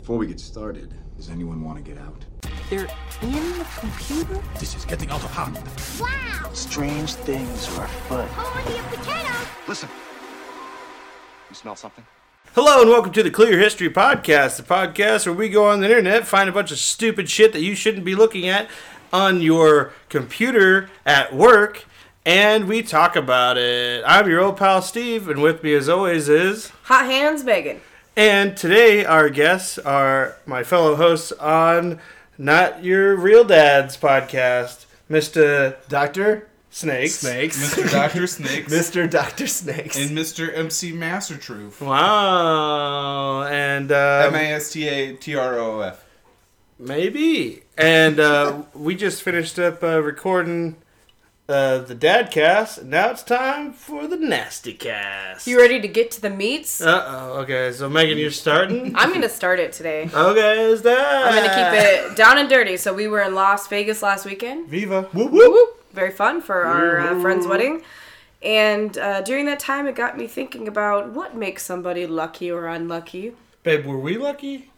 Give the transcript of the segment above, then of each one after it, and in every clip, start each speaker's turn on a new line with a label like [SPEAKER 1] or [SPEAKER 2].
[SPEAKER 1] Before we get started, does anyone want to get out?
[SPEAKER 2] They're in the computer?
[SPEAKER 3] This is getting out of hand.
[SPEAKER 4] Wow!
[SPEAKER 5] Strange things are afoot.
[SPEAKER 4] Holy potatoes!
[SPEAKER 6] Listen. You smell something?
[SPEAKER 7] Hello and welcome to the Clear History Podcast, the podcast where we go on the internet, find a bunch of stupid shit that you shouldn't be looking at on your computer at work, and we talk about it. I'm your old pal Steve, and with me as always is.
[SPEAKER 8] Hot hands, Megan.
[SPEAKER 7] And today our guests are my fellow hosts on Not Your Real Dad's podcast, Mr.
[SPEAKER 9] Doctor
[SPEAKER 7] Snakes.
[SPEAKER 9] Snakes,
[SPEAKER 10] Mr. Doctor Snakes
[SPEAKER 9] Mr. Doctor Snakes.
[SPEAKER 10] and Mr. MC Master Truth.
[SPEAKER 7] Wow. And um,
[SPEAKER 10] M A S T A T R O F.
[SPEAKER 7] Maybe. And uh, we just finished up uh, recording uh, the Dadcast. and Now it's time for the Nasty Cast.
[SPEAKER 8] You ready to get to the meats?
[SPEAKER 7] Uh oh. Okay, so Megan, you're starting.
[SPEAKER 8] I'm gonna start it today.
[SPEAKER 7] okay, is that?
[SPEAKER 8] I'm gonna keep it down and dirty. So we were in Las Vegas last weekend.
[SPEAKER 7] Viva. Woo
[SPEAKER 8] Woo
[SPEAKER 7] woo.
[SPEAKER 8] woo. Very fun for our uh, friend's wedding. And uh, during that time, it got me thinking about what makes somebody lucky or unlucky.
[SPEAKER 7] Babe, were we lucky?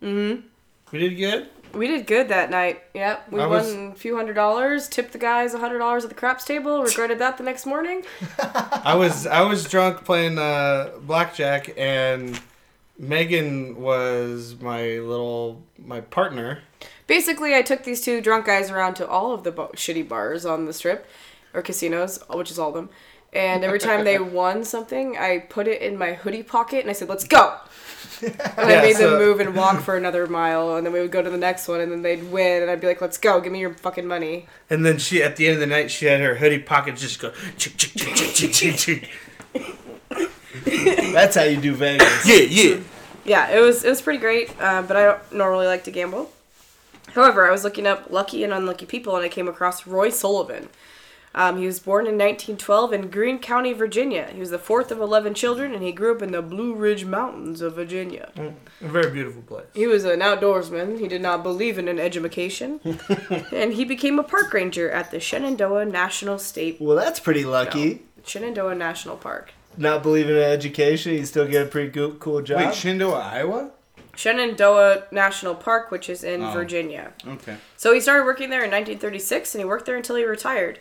[SPEAKER 7] Mm-hmm. We did good.
[SPEAKER 8] We did good that night. Yep, we
[SPEAKER 7] I
[SPEAKER 8] won
[SPEAKER 7] was-
[SPEAKER 8] a few hundred dollars. Tipped the guys a hundred dollars at the craps table. Regretted that the next morning.
[SPEAKER 7] I was I was drunk playing uh, blackjack, and Megan was my little my partner.
[SPEAKER 8] Basically, I took these two drunk guys around to all of the bo- shitty bars on the strip or casinos, which is all of them. And every time they won something, I put it in my hoodie pocket and I said, "Let's go." And
[SPEAKER 7] Yeah,
[SPEAKER 8] Oh, I made
[SPEAKER 7] so-
[SPEAKER 8] them move and walk for another mile, and then we would go to the next one, and then they'd win, and I'd be like, "Let's go, give me your fucking money."
[SPEAKER 7] And then she, at the end of the night, she had her hoodie pocket just go. Chick, chick, chick, chick, chick, chick, chick.
[SPEAKER 9] That's how you do Vegas.
[SPEAKER 7] Yeah, yeah.
[SPEAKER 8] Yeah, it was it was pretty great, uh, but I don't normally like to gamble. However, I was looking up lucky and unlucky people, and I came across Roy Sullivan. Um, he was born in 1912 in Greene County, Virginia. He was the fourth of 11 children, and he grew up in the Blue Ridge Mountains of Virginia.
[SPEAKER 7] A very beautiful place.
[SPEAKER 8] He was an outdoorsman. He did not believe in an education, and he became a park ranger at the Shenandoah National State
[SPEAKER 9] well, that's pretty lucky.
[SPEAKER 8] Shenandoah National Park.
[SPEAKER 9] Not believing in education, you still get a pretty go- cool job.
[SPEAKER 10] Wait, Shenandoah, Iowa?
[SPEAKER 8] Shenandoah National Park, which is in Virginia.
[SPEAKER 10] Okay.
[SPEAKER 8] So he started working there in 1936, and he worked there until he retired.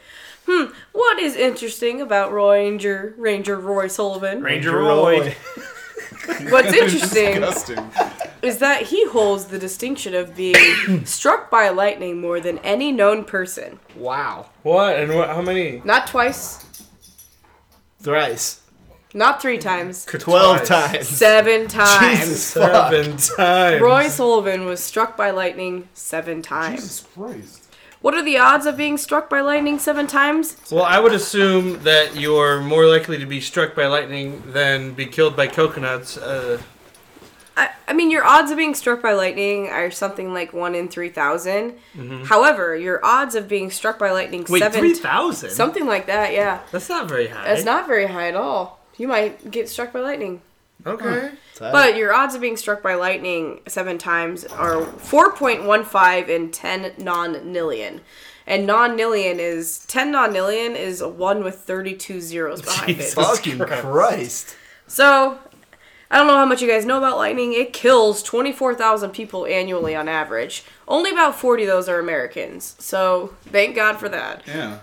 [SPEAKER 8] Hmm, what is interesting about Ranger Ranger Roy Sullivan?
[SPEAKER 7] Ranger Roy.
[SPEAKER 8] What's interesting
[SPEAKER 10] Disgusting.
[SPEAKER 8] is that he holds the distinction of being struck by lightning more than any known person.
[SPEAKER 9] Wow.
[SPEAKER 7] What and what? How many?
[SPEAKER 8] Not twice,
[SPEAKER 9] Thrice.
[SPEAKER 8] not three times,
[SPEAKER 9] Twelve
[SPEAKER 7] Twice.
[SPEAKER 9] times.
[SPEAKER 8] seven times.
[SPEAKER 9] Jesus fuck.
[SPEAKER 7] Seven times.
[SPEAKER 8] Roy Sullivan was struck by lightning seven times.
[SPEAKER 10] Jesus Christ.
[SPEAKER 8] What are the odds of being struck by lightning seven times?
[SPEAKER 7] Well, I would assume that you're more likely to be struck by lightning than be killed by coconuts. Uh,
[SPEAKER 8] I, I mean, your odds of being struck by lightning are something like one in 3,000. However, your odds of being struck by lightning seven ti-
[SPEAKER 7] Mm-hmm. thousand.
[SPEAKER 8] something like that, yeah.
[SPEAKER 7] That's not very high.
[SPEAKER 8] That's not very high at all. You might get struck by lightning.
[SPEAKER 7] okay.
[SPEAKER 8] But your odds of being struck by lightning seven times are 4.15 in 10 non nillion. And non nillion is 10 non nillion is a 1 with 32 zeros behind
[SPEAKER 7] Jesus.
[SPEAKER 8] it.
[SPEAKER 9] Fucking
[SPEAKER 7] Christ.
[SPEAKER 9] Christ.
[SPEAKER 8] So, I don't know how much you guys know about lightning. It kills 24,000 people annually on average. Only about 40 of those are Americans. So, thank God for that.
[SPEAKER 10] Yeah.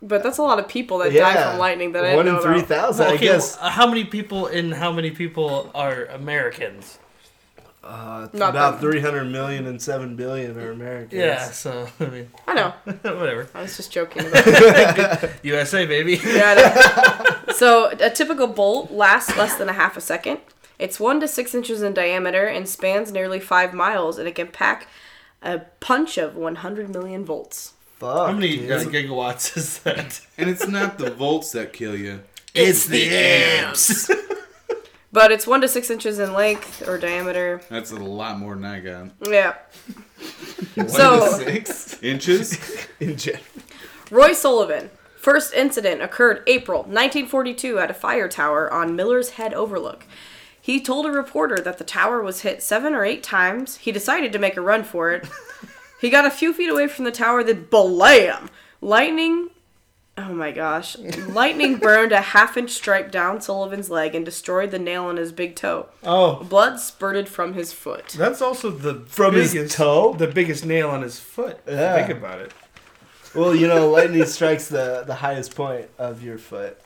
[SPEAKER 8] But that's a lot of people that
[SPEAKER 9] Yeah.
[SPEAKER 8] die from lightning that I didn't
[SPEAKER 9] One
[SPEAKER 8] know
[SPEAKER 9] in three
[SPEAKER 8] about.
[SPEAKER 9] thousand, I
[SPEAKER 7] okay,
[SPEAKER 9] guess.
[SPEAKER 7] well, how many people and how many people are Americans?
[SPEAKER 8] Not
[SPEAKER 9] Uh, About
[SPEAKER 8] that-
[SPEAKER 9] three hundred million and seven billion are Americans.
[SPEAKER 7] Yeah. So I mean,
[SPEAKER 8] I know.
[SPEAKER 7] whatever.
[SPEAKER 8] I was just joking about it.
[SPEAKER 7] USA baby.
[SPEAKER 8] Yeah, I know. so, a typical bolt lasts less than a half a second. It's 1 to 6 inches in diameter and spans nearly 5 miles, and it can pack a punch of 100 million volts.
[SPEAKER 9] Fuck.
[SPEAKER 7] How many
[SPEAKER 9] dude.
[SPEAKER 7] uh, gigawatts is that?
[SPEAKER 10] And it's not the volts that kill you.
[SPEAKER 9] It's the amps.
[SPEAKER 8] But it's 1 to 6 inches in length or diameter.
[SPEAKER 10] That's a lot more than I got.
[SPEAKER 8] Yeah.
[SPEAKER 9] One to
[SPEAKER 8] so,
[SPEAKER 9] six
[SPEAKER 10] Inches?
[SPEAKER 9] in general.
[SPEAKER 8] Roy Sullivan. First incident occurred April 1942 at a fire tower on Miller's Head Overlook. He told a reporter that the tower was hit seven or eight times. He decided to make a run for it. he got a few feet away from the tower, then blam! Lightning Oh my gosh. Lightning burned a half inch stripe down Sullivan's leg and destroyed the nail on his big toe.
[SPEAKER 7] Oh,
[SPEAKER 8] Blood spurted from his foot.
[SPEAKER 7] that's also the
[SPEAKER 9] From his
[SPEAKER 7] biggest,
[SPEAKER 9] toe?
[SPEAKER 7] the biggest nail on his foot. if you
[SPEAKER 9] Yeah.
[SPEAKER 7] Think about it.
[SPEAKER 9] Well, you know, lightning strikes the, the highest point of your foot.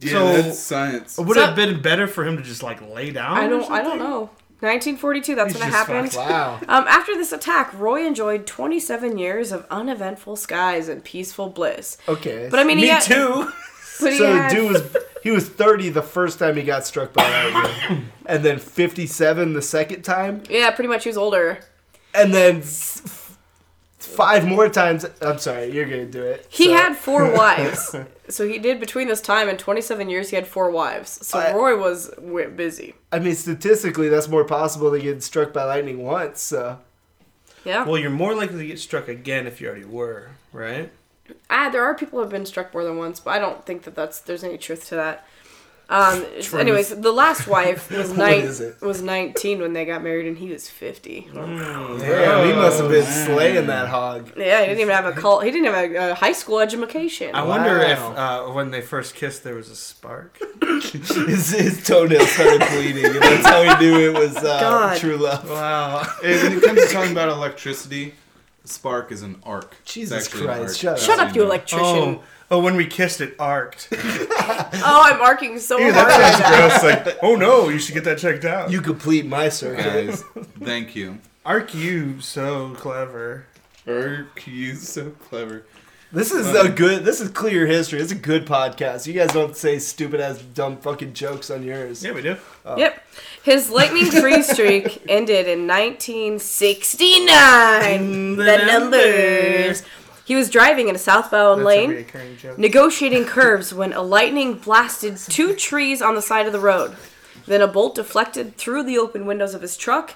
[SPEAKER 10] Yeah,
[SPEAKER 7] So-
[SPEAKER 10] that's science.
[SPEAKER 7] Would
[SPEAKER 8] So-
[SPEAKER 7] it have been better for him to just like lay down?
[SPEAKER 8] I
[SPEAKER 7] or
[SPEAKER 8] don't I don't
[SPEAKER 7] something?
[SPEAKER 8] know. 1942, that's
[SPEAKER 7] He's
[SPEAKER 8] when it
[SPEAKER 7] just
[SPEAKER 8] happened.
[SPEAKER 7] fucked.
[SPEAKER 9] Wow.
[SPEAKER 8] Um, after this attack, Roy enjoyed 27 years of uneventful skies and peaceful bliss.
[SPEAKER 9] Okay.
[SPEAKER 8] But I mean, he
[SPEAKER 7] Me
[SPEAKER 8] had,
[SPEAKER 7] too.
[SPEAKER 8] But he
[SPEAKER 9] so
[SPEAKER 8] had-
[SPEAKER 9] dude was he was 30 the first time he got struck by lightning, and then 57 the second time,
[SPEAKER 8] yeah, pretty much he was older.
[SPEAKER 9] and then s- f- five more times. I'm sorry, you're gonna do it.
[SPEAKER 8] He
[SPEAKER 9] So-
[SPEAKER 8] had four wives. so he did between this time and 27 years, he had four wives. So
[SPEAKER 9] I-
[SPEAKER 8] Roy was w- busy.
[SPEAKER 9] I mean, statistically, that's more possible than getting struck by lightning once. So
[SPEAKER 8] Yeah.
[SPEAKER 7] Well, you're more likely to get struck again if you already were, right?
[SPEAKER 8] Ah, there are people who have been struck more than once, but I don't think that that's there's any truth to that. Um, anyways, the last wife was
[SPEAKER 9] What
[SPEAKER 8] nine,
[SPEAKER 9] is it?
[SPEAKER 8] was 19 when they got married, and he was 50.
[SPEAKER 9] damn, he must have been slaying that hog.
[SPEAKER 8] Yeah, he didn't even have a cult. He didn't have a, a high school education.
[SPEAKER 7] I wonder if uh, when they first kissed there was a spark.
[SPEAKER 9] His, his toenail started bleeding, and that's how he knew it was uh,
[SPEAKER 8] God.
[SPEAKER 9] true love.
[SPEAKER 7] Wow.
[SPEAKER 10] Hey, when it comes to talking about electricity, a spark is an arc. It's
[SPEAKER 9] Jesus
[SPEAKER 10] actually an
[SPEAKER 9] Christ,
[SPEAKER 10] arc.
[SPEAKER 9] shut up.
[SPEAKER 10] That's
[SPEAKER 8] Shut
[SPEAKER 10] how
[SPEAKER 8] up, you
[SPEAKER 10] know.
[SPEAKER 8] electrician.
[SPEAKER 7] Oh, oh, when we kissed it arced.
[SPEAKER 8] Oh, I'm marking so hard.
[SPEAKER 7] That's gross. Like, oh no, you should get that checked out.
[SPEAKER 9] You complete my circuit.
[SPEAKER 10] Guys, thank you.
[SPEAKER 7] Arc you so clever.
[SPEAKER 10] Arc, you so clever.
[SPEAKER 9] This is a good. This is clear history. It's a good podcast. You guys don't say stupid ass dumb fucking jokes on yours.
[SPEAKER 7] Yeah, we do.
[SPEAKER 8] Yep. His lightning free streak ended in 1969. The,
[SPEAKER 7] The
[SPEAKER 8] numbers.
[SPEAKER 7] numbers.
[SPEAKER 8] He was driving in a southbound
[SPEAKER 7] That's a
[SPEAKER 8] lane,
[SPEAKER 7] recurring joke.
[SPEAKER 8] negotiating curves when a lightning blasted two trees on the side of the road. Then a bolt deflected through the open windows of his truck,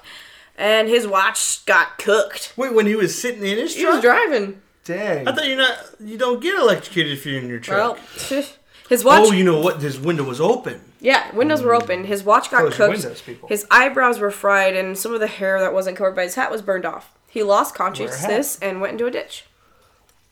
[SPEAKER 8] and his watch got cooked.
[SPEAKER 7] Wait, when he was sitting in his
[SPEAKER 8] He was
[SPEAKER 7] truck?
[SPEAKER 8] driving.
[SPEAKER 9] Dang.
[SPEAKER 7] I thought you're not. You don't get electrocuted if you're in your
[SPEAKER 8] Well,
[SPEAKER 7] truck.
[SPEAKER 8] his watch.
[SPEAKER 7] oh, you know what? His window was open.
[SPEAKER 8] Yeah, windows were open. His watch got
[SPEAKER 7] Close your
[SPEAKER 8] cooked.
[SPEAKER 7] Um, windows, people.
[SPEAKER 8] His eyebrows were fried, and some of the hair that wasn't covered by his hat was burned off. He lost consciousness and went into a ditch.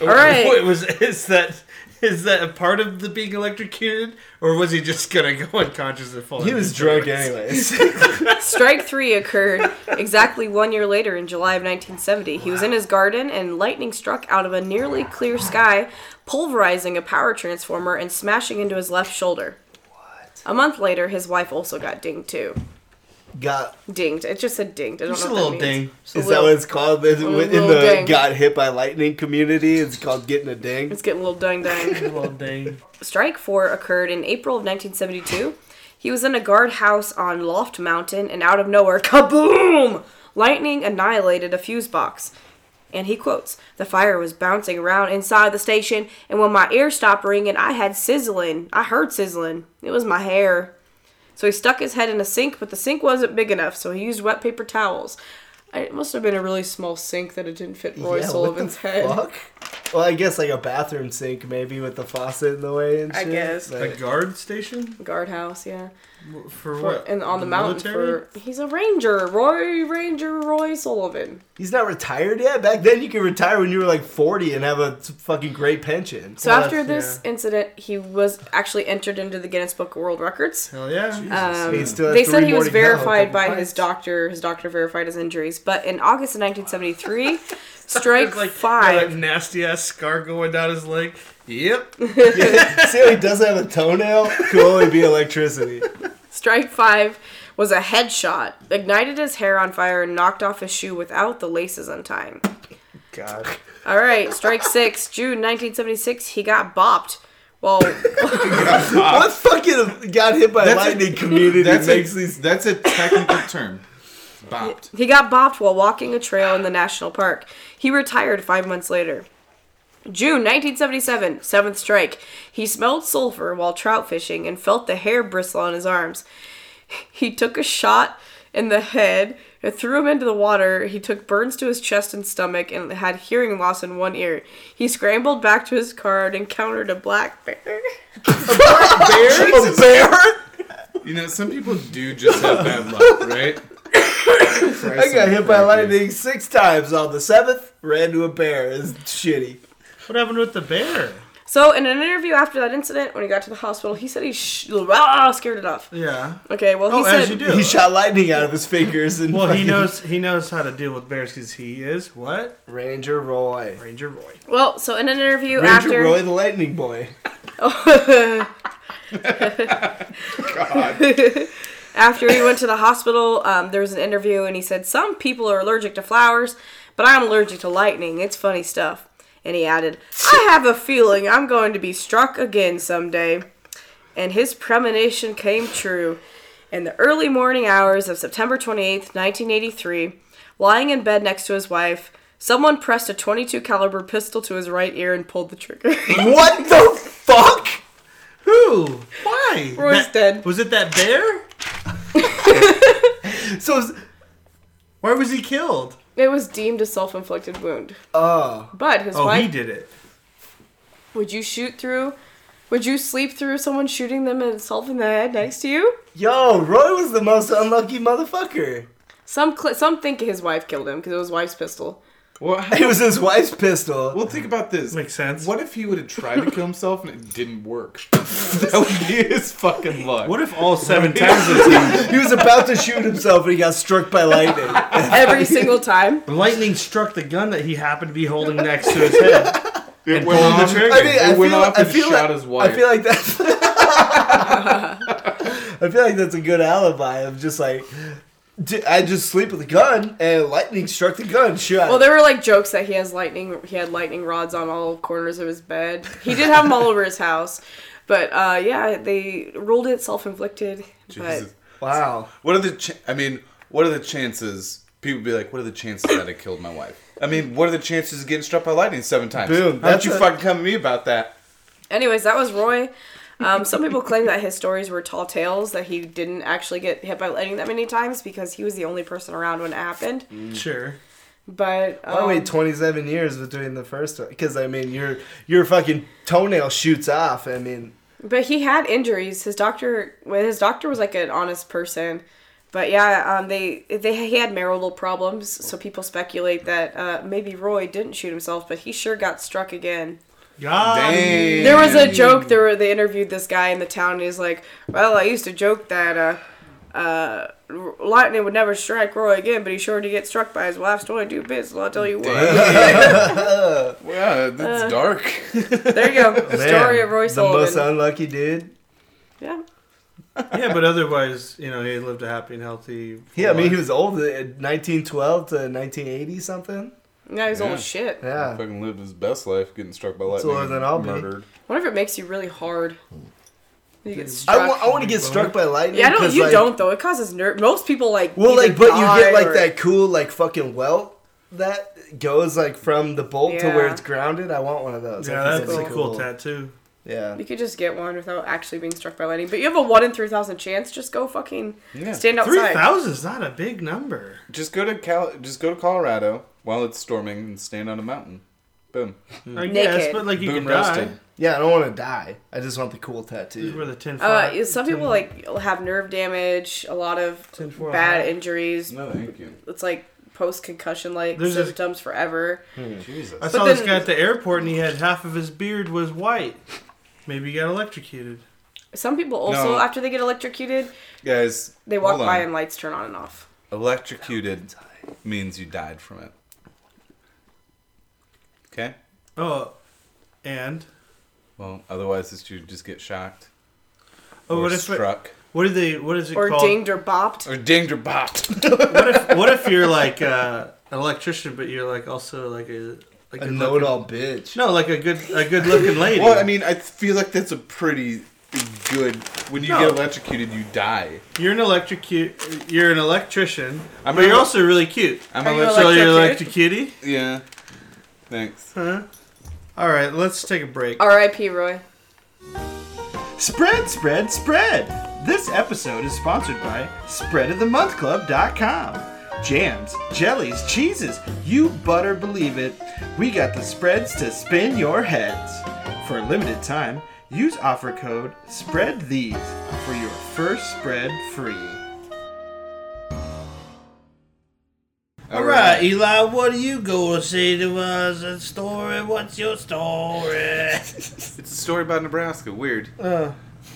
[SPEAKER 8] All
[SPEAKER 7] What
[SPEAKER 8] right.
[SPEAKER 7] was is that? Is that a part of the being electrocuted, or was he just gonna go unconscious and fall?
[SPEAKER 9] he
[SPEAKER 7] into
[SPEAKER 9] was
[SPEAKER 7] the
[SPEAKER 9] drunk
[SPEAKER 7] woods?
[SPEAKER 9] anyways.
[SPEAKER 8] Strike three occurred exactly one year later in July of 1970. He was in his garden, and lightning struck out of a nearly clear sky, pulverizing a power transformer and smashing into his left shoulder. What? A month later, his wife also got dinged too.
[SPEAKER 9] got
[SPEAKER 8] Dinged. It just said dinged. I don't
[SPEAKER 7] Just
[SPEAKER 8] know
[SPEAKER 7] a
[SPEAKER 8] what that
[SPEAKER 7] little
[SPEAKER 8] means.
[SPEAKER 7] ding.
[SPEAKER 8] Just a
[SPEAKER 9] is that
[SPEAKER 8] little-
[SPEAKER 9] what it's called in, in
[SPEAKER 8] little
[SPEAKER 9] the
[SPEAKER 8] ding.
[SPEAKER 9] got hit by lightning community? It's called getting a ding.
[SPEAKER 8] It's getting a little dang dang.
[SPEAKER 7] A little ding.
[SPEAKER 8] Strike 4 occurred in April of 1972. He was in a guardhouse on Loft Mountain, and out of nowhere, kaboom! Lightning annihilated a fuse box. And he quotes, The fire was bouncing around inside the station, and when my ear stopped ringing, I had sizzling. I heard sizzling. It was my hair. So he stuck his head in a sink, but the sink wasn't big enough, so he used wet paper towels. I- It must have been a really small sink that it didn't fit Roy
[SPEAKER 9] Yeah, what the
[SPEAKER 8] Sullivan's head.
[SPEAKER 9] Fuck. Well, I guess like a bathroom sink maybe with the faucet in the way and
[SPEAKER 8] I
[SPEAKER 9] shit.
[SPEAKER 8] guess.
[SPEAKER 9] but-
[SPEAKER 7] A guard station
[SPEAKER 8] Guardhouse, yeah.
[SPEAKER 7] for
[SPEAKER 8] For-
[SPEAKER 7] what?
[SPEAKER 8] and on the, mountain
[SPEAKER 7] military?
[SPEAKER 8] for he's a ranger, Roy Ranger Roy Sullivan.
[SPEAKER 9] He's not retired yet. Back then, you could retire when you were like forty and have a t- fucking great pension.
[SPEAKER 8] So
[SPEAKER 7] Well,
[SPEAKER 8] after
[SPEAKER 7] that's-
[SPEAKER 8] this incident, he was actually entered into the Guinness Book of World Records.
[SPEAKER 7] Hell yeah.
[SPEAKER 9] So he still has
[SPEAKER 8] um, They
[SPEAKER 9] three
[SPEAKER 8] said he
[SPEAKER 9] more
[SPEAKER 8] was
[SPEAKER 9] to go.
[SPEAKER 8] verified by his doctor. His doctor verified his injuries, but in August of 1973, strike
[SPEAKER 7] It's like
[SPEAKER 8] five.
[SPEAKER 7] That nasty ass scar going down his leg. Yep.
[SPEAKER 9] See how he doesn't have a toenail? Could only be electricity.
[SPEAKER 8] Strike five was a headshot, ignited his hair on fire, and knocked off his shoe without the laces untying.
[SPEAKER 7] God.
[SPEAKER 8] All right, strike six, June 1976, he got bopped. Well,
[SPEAKER 9] What fucking got hit by
[SPEAKER 10] That's a-
[SPEAKER 9] lightning community
[SPEAKER 10] That's a,
[SPEAKER 9] makes these?
[SPEAKER 10] that's a technical term. Bopped.
[SPEAKER 8] He got bopped while walking a trail in the national park. He retired five months later. June 1977, seventh strike. He smelled sulfur while trout fishing and felt the hair bristle on his arms. He took a shot in the head and threw him into the water. He took burns to his chest and stomach and had hearing loss in one ear. He scrambled back to his car and encountered a black bear.
[SPEAKER 9] A bear?
[SPEAKER 10] You know, some people do just have bad luck, right?
[SPEAKER 9] I got hit by lightning six times. On the seventh, ran to a bear. It's shitty.
[SPEAKER 7] What happened with the bear?
[SPEAKER 8] So, in an interview after that incident, when he got to the hospital, he said he sh- ah, scared it off.
[SPEAKER 7] Yeah.
[SPEAKER 8] Okay, well, he
[SPEAKER 7] Oh,
[SPEAKER 8] said
[SPEAKER 7] as you do.
[SPEAKER 9] He shot lightning out of his fingers and
[SPEAKER 7] Well, he
[SPEAKER 9] fucking-
[SPEAKER 7] knows he knows how to deal with bears because he is what
[SPEAKER 9] Ranger Roy.
[SPEAKER 7] Ranger Roy.
[SPEAKER 8] Well, so in an interview
[SPEAKER 9] Ranger
[SPEAKER 8] after
[SPEAKER 9] Roy the Lightning Boy.
[SPEAKER 8] after he went to the hospital, um, there was an interview, and he said some people are allergic to flowers, but I'm allergic to lightning. It's funny stuff. And he added, "I have a feeling I'm going to be struck again someday." And his premonition came true. In the early morning hours of September 28th, 1983, lying in bed next to his wife, someone pressed a 22 caliber pistol to his right ear and pulled the trigger.
[SPEAKER 9] what the fuck?
[SPEAKER 7] Who? Why?
[SPEAKER 8] Roy's
[SPEAKER 7] That-
[SPEAKER 8] dead.
[SPEAKER 7] Was it that bear?
[SPEAKER 9] So, it's-
[SPEAKER 7] Why was he killed?
[SPEAKER 8] It was deemed a self-inflicted wound.
[SPEAKER 9] oh,
[SPEAKER 8] But his
[SPEAKER 7] Oh,
[SPEAKER 8] wife
[SPEAKER 7] he did it.
[SPEAKER 8] Would you shoot through? Would you sleep through someone shooting them and self in the head next to you?
[SPEAKER 9] yo, Roy was the most unlucky motherfucker.
[SPEAKER 8] Some cl- some think his wife killed him because it was wife's pistol.
[SPEAKER 10] Well,
[SPEAKER 9] It
[SPEAKER 10] how,
[SPEAKER 9] was his wife's pistol.
[SPEAKER 10] well, think about this.
[SPEAKER 7] Makes sense.
[SPEAKER 10] What if he would have tried to kill himself and it didn't work? that would be his fucking luck.
[SPEAKER 7] What if all seven times it's
[SPEAKER 9] He was about to shoot himself and he got struck by lightning.
[SPEAKER 8] Every single time.
[SPEAKER 7] lightning struck the gun that he happened to be holding next to his head
[SPEAKER 10] It
[SPEAKER 7] and
[SPEAKER 10] went
[SPEAKER 7] pulled the
[SPEAKER 10] off-
[SPEAKER 7] trigger?
[SPEAKER 9] I mean, I
[SPEAKER 10] went
[SPEAKER 9] feel,
[SPEAKER 10] off
[SPEAKER 9] I
[SPEAKER 10] and
[SPEAKER 9] feel
[SPEAKER 10] shot
[SPEAKER 9] like,
[SPEAKER 10] his wife.
[SPEAKER 9] I feel like that's. I feel like that's a good alibi. of just like, "D- I just sleep with a gun and lightning struck the gun. Shot.
[SPEAKER 8] Well, there were like jokes that he has lightning. He had lightning rods on all corners of his bed. He did have them all over his house, but uh, yeah, they ruled it self-inflicted. But
[SPEAKER 10] Jesus.
[SPEAKER 9] wow.
[SPEAKER 10] What are the? Ch- I mean, what are the chances? People be like, "What are the chances that I killed my wife?" I mean, what are the chances of getting struck by lightning seven times?
[SPEAKER 9] Boom.
[SPEAKER 10] How don't
[SPEAKER 9] That's
[SPEAKER 10] you
[SPEAKER 9] a-
[SPEAKER 10] fucking come to me about that?
[SPEAKER 8] anyways, that was Roy. Um, some people claim that his stories were tall tales that he didn't actually get hit by lightning that many times because he was the only person around when it happened.
[SPEAKER 7] Sure.
[SPEAKER 8] But um,
[SPEAKER 9] I wait 27 years between the first one because I mean your your fucking toenail shoots off. I mean,
[SPEAKER 8] But he had injuries. His doctor, well, his doctor was like an honest person. But yeah, um, they they he had marital problems, so people speculate that uh, maybe Roy didn't shoot himself, but he sure got struck again.
[SPEAKER 7] God.
[SPEAKER 10] Dang.
[SPEAKER 8] There was a joke. There were, they interviewed this guy in the town. And he's like, "Well, I used to joke that uh, uh, lightning would never strike Roy again, but he sure did get struck by his wife's twenty-two pistol. I'll tell you what."
[SPEAKER 10] Well, that's dark.
[SPEAKER 8] There you go. Story of Roy
[SPEAKER 9] the most
[SPEAKER 8] Sullivan.
[SPEAKER 9] unlucky dude.
[SPEAKER 8] yeah.
[SPEAKER 7] Yeah, but otherwise, you know, he lived a happy and healthy.
[SPEAKER 9] Yeah, I mean he
[SPEAKER 7] life.
[SPEAKER 9] was old, uh, 1912 to 1980 something.
[SPEAKER 8] Now he's old
[SPEAKER 10] Yeah.
[SPEAKER 8] as shit.
[SPEAKER 9] Yeah,
[SPEAKER 10] Fucking lived his best life, getting struck by
[SPEAKER 9] It's
[SPEAKER 10] lightning.
[SPEAKER 9] older than I'll be.
[SPEAKER 10] murdered.
[SPEAKER 8] What if it makes you really hard? You get struck.
[SPEAKER 9] I want to get struck by lightning.
[SPEAKER 8] yeah, I don't.
[SPEAKER 9] 'cause,
[SPEAKER 8] You
[SPEAKER 9] like-
[SPEAKER 8] don't though. It causes nerve. Most people like.
[SPEAKER 9] Well,
[SPEAKER 8] either
[SPEAKER 9] like, but you
[SPEAKER 8] die
[SPEAKER 9] get like
[SPEAKER 8] or-
[SPEAKER 9] that cool like fucking welt that goes like from the bolt to where
[SPEAKER 8] Yeah.
[SPEAKER 9] it's grounded. I want one of those.
[SPEAKER 7] Yeah,
[SPEAKER 9] I
[SPEAKER 7] that'd
[SPEAKER 9] think
[SPEAKER 7] be a
[SPEAKER 9] that'd be
[SPEAKER 7] cool, tattoo.
[SPEAKER 9] Yeah.
[SPEAKER 8] You could just get one without actually being struck by lightning. But you have a one in three thousand chance. Just go fucking
[SPEAKER 10] Yeah.
[SPEAKER 8] stand outside.
[SPEAKER 7] 3,000 is not a big number.
[SPEAKER 10] Just go to Cal. Just go to Colorado while it's storming and stand on a mountain. Boom.
[SPEAKER 7] I guess,
[SPEAKER 8] Naked.
[SPEAKER 7] but like you
[SPEAKER 10] Boom
[SPEAKER 7] can die.
[SPEAKER 10] roasting.
[SPEAKER 9] Yeah, I don't want to die. I just want the cool
[SPEAKER 7] This is
[SPEAKER 9] tattoo.
[SPEAKER 7] where the 10
[SPEAKER 8] Uh, some people like have nerve damage, a lot of
[SPEAKER 7] Tinfoil
[SPEAKER 8] bad
[SPEAKER 7] hat.
[SPEAKER 8] injuries.
[SPEAKER 10] No, thank you.
[SPEAKER 8] It's like post concussion like
[SPEAKER 7] There's this-
[SPEAKER 8] symptoms forever.
[SPEAKER 7] I
[SPEAKER 10] Jesus.
[SPEAKER 7] saw
[SPEAKER 8] then-
[SPEAKER 7] this guy at the airport and he had half of his beard was white. Maybe he got electrocuted.
[SPEAKER 8] Some people also
[SPEAKER 10] No.
[SPEAKER 8] after they get electrocuted,
[SPEAKER 10] Guys,
[SPEAKER 8] they walk
[SPEAKER 10] hold on.
[SPEAKER 8] by and lights turn on and off.
[SPEAKER 10] electrocuted means you died from it. Okay.
[SPEAKER 7] Oh, and
[SPEAKER 10] Well, otherwise it's you just get shocked
[SPEAKER 7] oh,
[SPEAKER 10] or
[SPEAKER 7] what if it,
[SPEAKER 10] struck
[SPEAKER 7] what do they what is it
[SPEAKER 8] Or
[SPEAKER 7] called?
[SPEAKER 8] dinged or bopped.
[SPEAKER 10] or dinged or bopped.
[SPEAKER 7] What if what if you're like uh, an electrician, but you're like also like a like
[SPEAKER 9] A
[SPEAKER 7] good
[SPEAKER 9] know-it-all bitch.
[SPEAKER 7] looking- No, like a good a good looking lady.
[SPEAKER 10] well, I mean, I feel like that's a pretty good. When you
[SPEAKER 7] No.
[SPEAKER 10] get electrocuted, you die.
[SPEAKER 7] you're an electrocute. You're an electrician,
[SPEAKER 10] I'm
[SPEAKER 7] but you're
[SPEAKER 10] a-
[SPEAKER 7] also really cute.
[SPEAKER 10] I'm
[SPEAKER 8] Are you
[SPEAKER 10] electro-
[SPEAKER 7] So you're
[SPEAKER 8] Electrocuted?
[SPEAKER 7] electrocutie.
[SPEAKER 10] yeah. Thanks.
[SPEAKER 7] Huh? All right, let's take a break.
[SPEAKER 8] R.I.P. Roy.
[SPEAKER 7] Spread, spread, spread! This episode is sponsored by SpreadOfTheMonthClub.com. Jams, jellies, cheeses, you butter believe it. We got the spreads to spin your heads. For a limited time, use offer code SPREADTHESE for your first spread free. All right, Eli, what are you going to say to us? A story? What's your story?
[SPEAKER 10] It's a story about Nebraska. Weird.
[SPEAKER 9] Uh.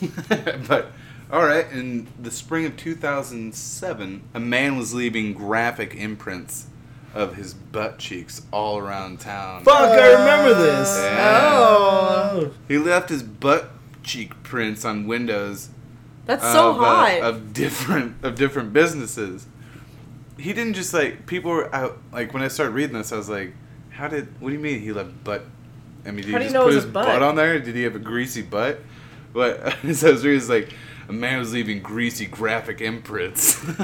[SPEAKER 10] but all right, in the spring of 2007, a man was leaving graphic imprints of his butt cheeks all around town.
[SPEAKER 9] Fuck, I remember this.
[SPEAKER 10] Yeah.
[SPEAKER 9] Oh.
[SPEAKER 10] He left his butt cheek prints on windows
[SPEAKER 8] That's so
[SPEAKER 10] of, uh,
[SPEAKER 8] hot.
[SPEAKER 10] of different of different businesses. He didn't just like people were out like when I started reading this, I was like, how did? What do you mean he left butt? I mean, did
[SPEAKER 8] How
[SPEAKER 10] he
[SPEAKER 8] do you
[SPEAKER 10] just
[SPEAKER 8] know it was
[SPEAKER 10] put his
[SPEAKER 8] a
[SPEAKER 10] butt?
[SPEAKER 8] butt?
[SPEAKER 10] on there? Did he have a greasy butt? But as I was reading, it's like a man was leaving greasy graphic imprints.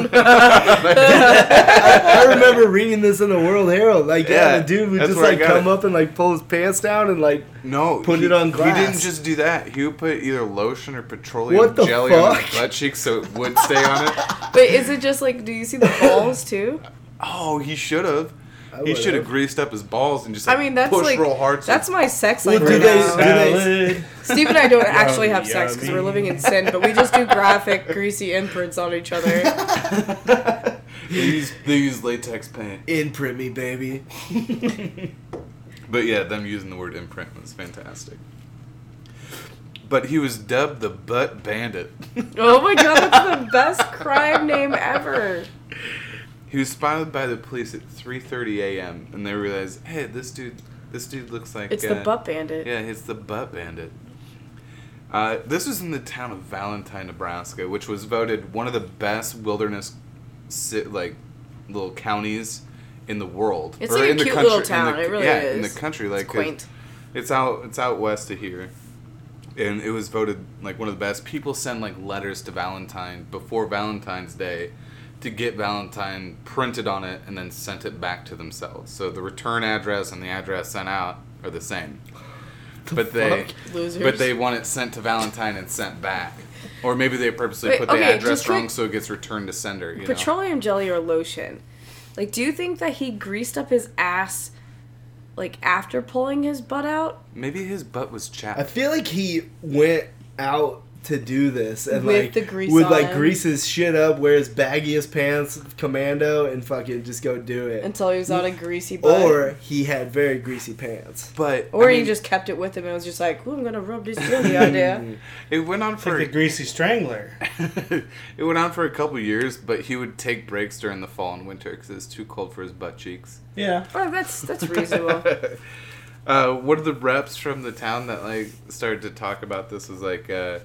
[SPEAKER 9] I remember reading this in the World Herald. Like, yeah,
[SPEAKER 10] Yeah,
[SPEAKER 9] the dude would
[SPEAKER 10] that's
[SPEAKER 9] just
[SPEAKER 10] where I
[SPEAKER 9] like
[SPEAKER 10] got
[SPEAKER 9] come
[SPEAKER 10] it.
[SPEAKER 9] up and like pull his pants down and like,
[SPEAKER 10] no,
[SPEAKER 9] Put
[SPEAKER 10] he-
[SPEAKER 9] it on glass.
[SPEAKER 10] He didn't just do that. He would put either lotion or petroleum
[SPEAKER 9] What the
[SPEAKER 10] jelly on
[SPEAKER 9] fuck?
[SPEAKER 10] his butt cheek so it would stay on it.
[SPEAKER 8] but is it just like, do you see the balls too?
[SPEAKER 10] Oh, he should have. He
[SPEAKER 9] would've.
[SPEAKER 10] should have greased up his balls and just.
[SPEAKER 8] I
[SPEAKER 10] Like,
[SPEAKER 8] mean, that's
[SPEAKER 10] push
[SPEAKER 8] like
[SPEAKER 10] real hard. so
[SPEAKER 8] that's my sex
[SPEAKER 9] Well,
[SPEAKER 8] life
[SPEAKER 9] do
[SPEAKER 8] right
[SPEAKER 9] they-
[SPEAKER 8] now.
[SPEAKER 9] do they-
[SPEAKER 8] Steve and I don't actually have sex because
[SPEAKER 3] yummy.
[SPEAKER 8] we're living in sin, but we just do graphic, greasy imprints on each other.
[SPEAKER 10] They use, they use latex paint.
[SPEAKER 9] imprint me, baby.
[SPEAKER 10] But yeah, them using the word imprint was fantastic. But he was dubbed the butt bandit.
[SPEAKER 8] Oh my god, that's the best crime name ever.
[SPEAKER 10] He was spotted by the police at 3:30 a.m. and they realized, hey, this dude, this dude looks like
[SPEAKER 8] It's the
[SPEAKER 10] uh,
[SPEAKER 8] butt bandit.
[SPEAKER 10] Yeah, it's the butt bandit. Uh, this was in the town of Valentine, Nebraska, which was voted one of the best wilderness, ci- like, little counties in the world.
[SPEAKER 8] It's
[SPEAKER 10] Or
[SPEAKER 8] like a
[SPEAKER 10] in the
[SPEAKER 8] cute
[SPEAKER 10] country-
[SPEAKER 8] little
[SPEAKER 10] in the-
[SPEAKER 8] town, it really
[SPEAKER 10] yeah, in the
[SPEAKER 8] is.
[SPEAKER 10] country, like it-
[SPEAKER 8] Quaint.
[SPEAKER 10] It's out. It's out west of here, and it was voted like one of the best. People send like letters to Valentine before Valentine's Day to get Valentine printed on it and then sent it back to themselves. So the return address and the address sent out are the same, but they
[SPEAKER 8] Losers.
[SPEAKER 10] but they want it sent to Valentine and sent back, or maybe they purposely
[SPEAKER 8] Wait,
[SPEAKER 10] put the
[SPEAKER 8] okay,
[SPEAKER 10] address
[SPEAKER 8] just quick-
[SPEAKER 10] wrong so it gets returned to sender. You know?
[SPEAKER 8] Petroleum jelly or lotion? Like, do you think that he greased up his ass, like after pulling his butt out?
[SPEAKER 10] Maybe his butt was chapped.
[SPEAKER 9] I feel like he went out to do this and
[SPEAKER 8] With
[SPEAKER 9] like
[SPEAKER 8] the grease
[SPEAKER 9] would
[SPEAKER 8] on
[SPEAKER 9] like
[SPEAKER 8] him.
[SPEAKER 9] grease his shit up, wear his baggiest pants, commando, and fucking just go do it.
[SPEAKER 8] Until he was on a greasy butt.
[SPEAKER 9] or he had very greasy pants.
[SPEAKER 10] but
[SPEAKER 8] Or
[SPEAKER 10] I
[SPEAKER 8] he
[SPEAKER 10] mean,
[SPEAKER 8] just kept it with him and was just like, "Ooh, I'm gonna rub this jelly on there."
[SPEAKER 10] it went on for
[SPEAKER 3] Like the greasy strangler.
[SPEAKER 10] it went on for a couple years, but he would take breaks during the fall and winter because it's too cold for his butt cheeks.
[SPEAKER 3] Yeah.
[SPEAKER 8] Oh, that's that's reasonable.
[SPEAKER 10] Uh, one of the reps from the town that like started to talk about this was like, uh,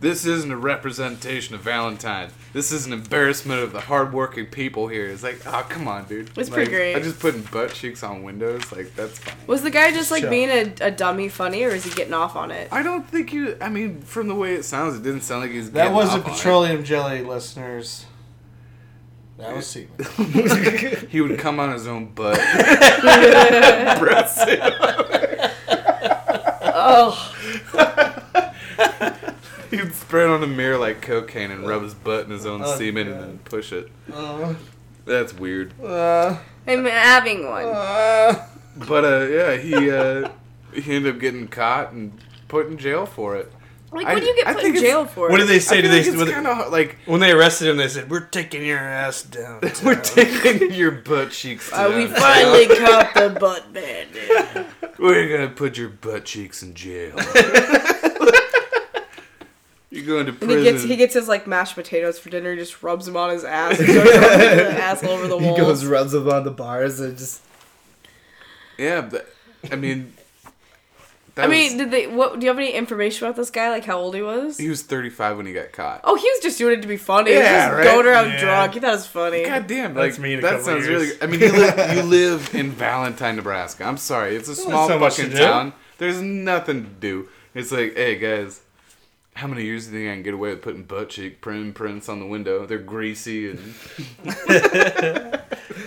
[SPEAKER 10] "This isn't a representation of Valentine. This is an embarrassment of the hardworking people here." It's like, oh come on, dude.
[SPEAKER 8] It's
[SPEAKER 10] like,
[SPEAKER 8] pretty great.
[SPEAKER 10] I just putting butt cheeks on windows, like that's fine.
[SPEAKER 8] Was the guy just like
[SPEAKER 3] Sure.
[SPEAKER 8] being a, a dummy funny, or is he getting off on it?
[SPEAKER 10] I don't think you. I mean, from the way it sounds, it didn't sound like he's.
[SPEAKER 3] That was a
[SPEAKER 10] patrol.
[SPEAKER 3] petroleum jelly, listeners. That was semen.
[SPEAKER 10] He would come on his own butt. Press it.
[SPEAKER 8] Oh,
[SPEAKER 10] He'd spray it on the mirror like cocaine and rub his butt in his own
[SPEAKER 9] Oh,
[SPEAKER 10] semen and
[SPEAKER 9] God.
[SPEAKER 10] then push it.
[SPEAKER 8] Oh.
[SPEAKER 9] Uh,
[SPEAKER 10] That's weird.
[SPEAKER 9] uh,
[SPEAKER 8] I'm having one.
[SPEAKER 9] uh,
[SPEAKER 10] But uh, yeah, he uh, he ended up getting caught and put in jail for it.
[SPEAKER 8] Like,
[SPEAKER 10] I-
[SPEAKER 8] what do you
[SPEAKER 10] I
[SPEAKER 8] get put in
[SPEAKER 10] think it's-
[SPEAKER 8] jail for?
[SPEAKER 7] What did they say?
[SPEAKER 10] I
[SPEAKER 7] Do
[SPEAKER 10] feel
[SPEAKER 7] they
[SPEAKER 10] like it's
[SPEAKER 7] what they-
[SPEAKER 10] kind of like
[SPEAKER 7] when they arrested him? They said, "We're taking your ass down."
[SPEAKER 10] we're taking your butt cheeks.
[SPEAKER 8] Uh, we
[SPEAKER 10] down.
[SPEAKER 8] finally caught the butt bandit.
[SPEAKER 10] We're gonna put your butt cheeks in jail. You're going to
[SPEAKER 8] And he
[SPEAKER 10] prison.
[SPEAKER 8] gets he gets his like mashed potatoes for dinner. He just rubs them on his ass. And goes over the ass all over the
[SPEAKER 9] he
[SPEAKER 8] walls.
[SPEAKER 9] goes rubs them on the bars and just
[SPEAKER 10] yeah, but, I mean, that
[SPEAKER 8] I
[SPEAKER 10] was-
[SPEAKER 8] mean, did they? What do you have any information about this guy? Like how old he was?
[SPEAKER 10] he was 35 when he got caught.
[SPEAKER 8] Oh, he was just doing it to be funny.
[SPEAKER 10] Yeah,
[SPEAKER 8] he was
[SPEAKER 10] right?
[SPEAKER 8] just going around
[SPEAKER 3] Yeah.
[SPEAKER 8] drunk. He thought it was funny.
[SPEAKER 10] God damn,
[SPEAKER 3] That's
[SPEAKER 10] like,
[SPEAKER 3] me in a
[SPEAKER 10] that
[SPEAKER 3] couple
[SPEAKER 10] sounds
[SPEAKER 3] years.
[SPEAKER 10] really. I mean, you live, you live in Valentine, Nebraska. I'm sorry, it's a small
[SPEAKER 3] so much
[SPEAKER 10] fucking
[SPEAKER 3] to do.
[SPEAKER 10] town. There's nothing to do. It's like, hey guys, how many years do you think I can get away with putting butt cheek print prints on the window? They're greasy and.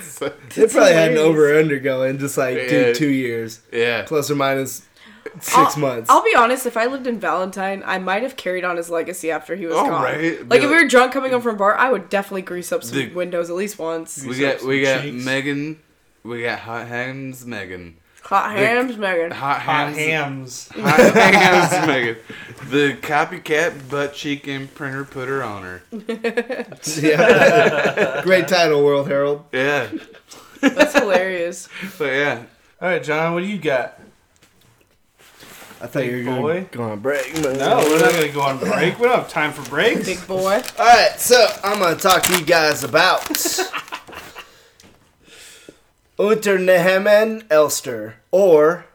[SPEAKER 10] So,
[SPEAKER 9] they probably had an over under going just like
[SPEAKER 10] Yeah.
[SPEAKER 9] dude two years
[SPEAKER 10] yeah,
[SPEAKER 9] plus or minus 6
[SPEAKER 8] I'll-
[SPEAKER 9] months.
[SPEAKER 8] I'll be honest. If I lived in Valentine, I might have carried on his legacy after he was
[SPEAKER 10] Oh,
[SPEAKER 8] gone.
[SPEAKER 10] right.
[SPEAKER 8] Like if
[SPEAKER 10] Be
[SPEAKER 8] we
[SPEAKER 10] like-
[SPEAKER 8] were drunk coming home from a bar, I would definitely grease up some
[SPEAKER 10] The-
[SPEAKER 8] windows at least once.
[SPEAKER 10] we got we
[SPEAKER 3] Some
[SPEAKER 10] got
[SPEAKER 3] cheeks.
[SPEAKER 10] Megan, we got Hot Hams Megan,
[SPEAKER 8] Hot hams, Megan.
[SPEAKER 10] Hot
[SPEAKER 3] Hot hams.
[SPEAKER 10] Hams, Hot Hams Megan, the copycat butt cheek imprinter put her on her.
[SPEAKER 9] Yeah. Great title, World Herald.
[SPEAKER 10] Yeah.
[SPEAKER 8] That's hilarious.
[SPEAKER 10] But yeah,
[SPEAKER 7] All right, John, what do you got?
[SPEAKER 9] I thought you were going,
[SPEAKER 7] Boy.
[SPEAKER 9] going on break. but-
[SPEAKER 7] No, we're not gonna go on break. We don't have time for breaks.
[SPEAKER 8] Big boy.
[SPEAKER 9] All right, so I'm gonna talk to you guys about Unternehmen Elster, or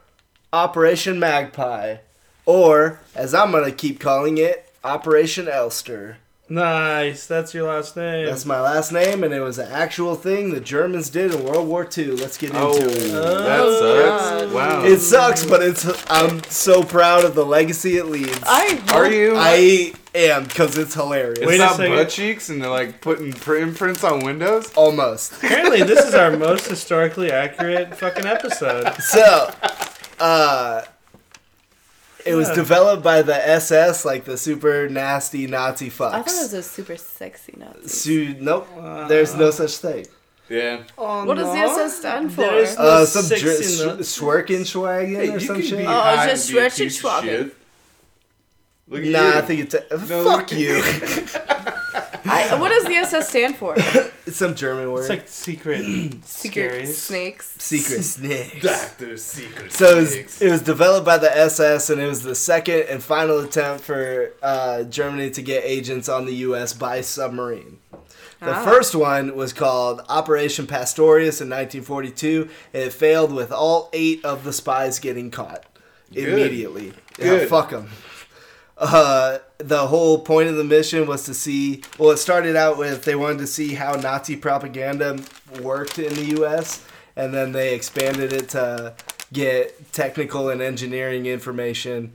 [SPEAKER 9] Operation Magpie, or as I'm gonna keep calling it, Operation Elster.
[SPEAKER 7] Nice. That's your last name.
[SPEAKER 9] That's my last name, and it was an actual thing the Germans did in World War II. Let's get
[SPEAKER 10] Oh.
[SPEAKER 9] into it.
[SPEAKER 10] that sucks. Wow.
[SPEAKER 9] It sucks, but it's I'm so proud of the legacy it leaves.
[SPEAKER 8] I
[SPEAKER 10] Are you?
[SPEAKER 9] I am because it's hilarious.
[SPEAKER 10] it's
[SPEAKER 7] a
[SPEAKER 10] not
[SPEAKER 7] second.
[SPEAKER 10] butt cheeks, and they're like putting print imprints on windows.
[SPEAKER 9] Almost.
[SPEAKER 7] Apparently, this is our most historically accurate fucking episode.
[SPEAKER 9] So, uh, it was developed by the SS, like the super nasty Nazi fucks.
[SPEAKER 8] I thought it was a super sexy Nazi.
[SPEAKER 9] Su- nope, there's no such thing.
[SPEAKER 10] Yeah.
[SPEAKER 9] Oh,
[SPEAKER 7] Oh,
[SPEAKER 8] What does the SS stand for?
[SPEAKER 7] There's no
[SPEAKER 9] Uh, some
[SPEAKER 7] six
[SPEAKER 9] dr-
[SPEAKER 7] in the-
[SPEAKER 9] sch- Schwerkenschwagen or some shit.
[SPEAKER 8] Oh,
[SPEAKER 10] high
[SPEAKER 8] just
[SPEAKER 10] and be a
[SPEAKER 8] stretch
[SPEAKER 10] piece
[SPEAKER 8] it,
[SPEAKER 10] of
[SPEAKER 8] Schwaben.
[SPEAKER 10] shit. Look at
[SPEAKER 9] Nah,
[SPEAKER 10] you.
[SPEAKER 9] I think it's a- fuck you.
[SPEAKER 8] I, what does the SS stand for?
[SPEAKER 9] it's some German word.
[SPEAKER 7] It's like secret.
[SPEAKER 8] Secret
[SPEAKER 7] Scary.
[SPEAKER 8] snakes.
[SPEAKER 9] secret snake.
[SPEAKER 10] Doctor Secret.
[SPEAKER 9] So it was,
[SPEAKER 10] Snakes.
[SPEAKER 9] it was developed by the SS, and it was the second and final attempt for uh, Germany to get agents on the U.S. by submarine. The
[SPEAKER 8] Ah.
[SPEAKER 9] first one was called Operation Pastorius in 1942, and it failed with all eight of the spies getting caught immediately. Yeah,
[SPEAKER 10] Good.
[SPEAKER 9] fuck them. Uh, the whole point of the mission was to see. Well, it started out with they wanted to see how Nazi propaganda worked in the U.S., and then they expanded it to get technical and engineering information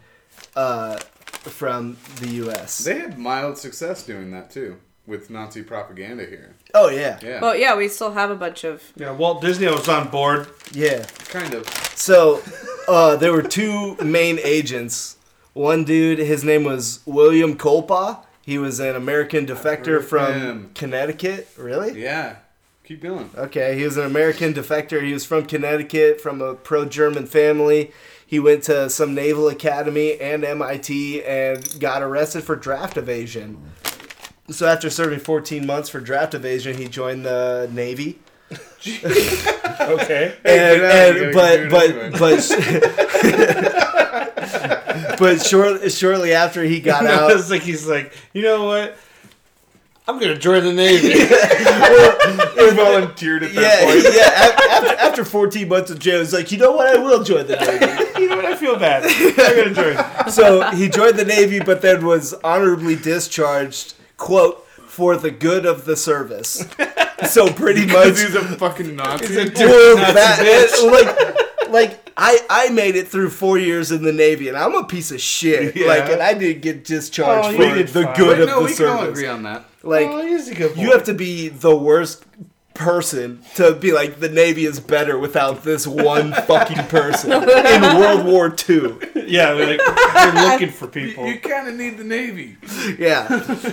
[SPEAKER 9] uh, from the U.S.
[SPEAKER 10] they had mild success doing that too with Nazi propaganda here.
[SPEAKER 9] Oh yeah,
[SPEAKER 10] Yeah.
[SPEAKER 8] Well, yeah, we still have a bunch of.
[SPEAKER 7] Yeah, Walt Disney was on board.
[SPEAKER 9] yeah.
[SPEAKER 10] kind of.
[SPEAKER 9] So uh, there were two main agents. One dude, his name was William Kolpa. He was an American defector
[SPEAKER 10] of
[SPEAKER 9] from
[SPEAKER 10] him.
[SPEAKER 9] Connecticut. Really?
[SPEAKER 10] Yeah. Keep going.
[SPEAKER 9] Okay, he was an American defector. He was from Connecticut, from a pro German family. He went to some naval academy and MIT and got arrested for draft evasion. So after serving 14 months for draft evasion, he joined the Navy.
[SPEAKER 7] Okay.
[SPEAKER 9] and,
[SPEAKER 10] Hey,
[SPEAKER 9] and-
[SPEAKER 10] you
[SPEAKER 9] but
[SPEAKER 10] gotta
[SPEAKER 9] but
[SPEAKER 10] do it
[SPEAKER 9] but but short, shortly after he got out
[SPEAKER 7] it's like he's like, you know what? I'm gonna join the navy.
[SPEAKER 10] He volunteered at that
[SPEAKER 9] yeah
[SPEAKER 10] point.
[SPEAKER 9] yeah af- after, after 14 months of jail he's like you know what i will join the navy
[SPEAKER 7] you know what? I feel bad. I'm gonna join.
[SPEAKER 9] so he joined the navy but then was honorably discharged quote for the good of the service so pretty much
[SPEAKER 10] Because he's a fucking Nazi.
[SPEAKER 9] Well, that- it- like like I, I made it through four years in the Navy and I'm a piece of shit.
[SPEAKER 10] Yeah.
[SPEAKER 9] Like and I didn't get discharged
[SPEAKER 7] Oh, you
[SPEAKER 9] for
[SPEAKER 7] did
[SPEAKER 9] the
[SPEAKER 7] fine.
[SPEAKER 9] good
[SPEAKER 10] Wait,
[SPEAKER 9] of
[SPEAKER 10] no,
[SPEAKER 9] the
[SPEAKER 10] we can all
[SPEAKER 9] service.
[SPEAKER 10] agree on that.
[SPEAKER 9] Like
[SPEAKER 7] Oh, he's a good
[SPEAKER 9] you have to be the worst person to be like the Navy is better without this one fucking person in World War II.
[SPEAKER 7] Yeah, like you're looking for people.
[SPEAKER 9] Oh.
[SPEAKER 10] You kind of need the Navy.
[SPEAKER 9] Yeah.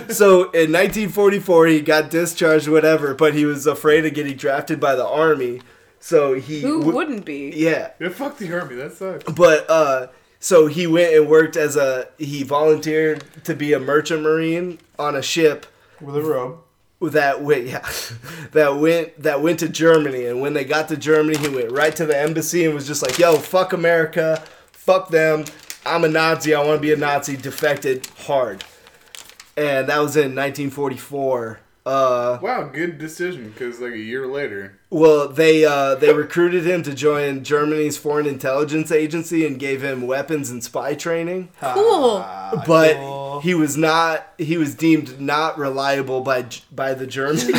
[SPEAKER 9] So in 1944 he got discharged whatever, but he was afraid of getting drafted by the army. So he
[SPEAKER 8] Who
[SPEAKER 9] w-
[SPEAKER 8] wouldn't be?
[SPEAKER 9] yeah.
[SPEAKER 10] Yeah, fuck the army. That sucks.
[SPEAKER 9] But uh so he went and worked as a he volunteered to be a merchant marine on a ship
[SPEAKER 7] With a robe.
[SPEAKER 9] that went yeah, that went that went to Germany and when they got to Germany he went right to the embassy and was just like, "Yo, fuck America. Fuck them. I'm a Nazi. I want to be a Nazi." Defected hard. And that was in 1944. Uh
[SPEAKER 10] Wow, good decision. Because like a year later,
[SPEAKER 9] well, they uh, they recruited him to join Germany's foreign intelligence agency and gave him weapons and spy training.
[SPEAKER 8] Cool.
[SPEAKER 9] but he was not he was deemed not reliable by G- by the Germans.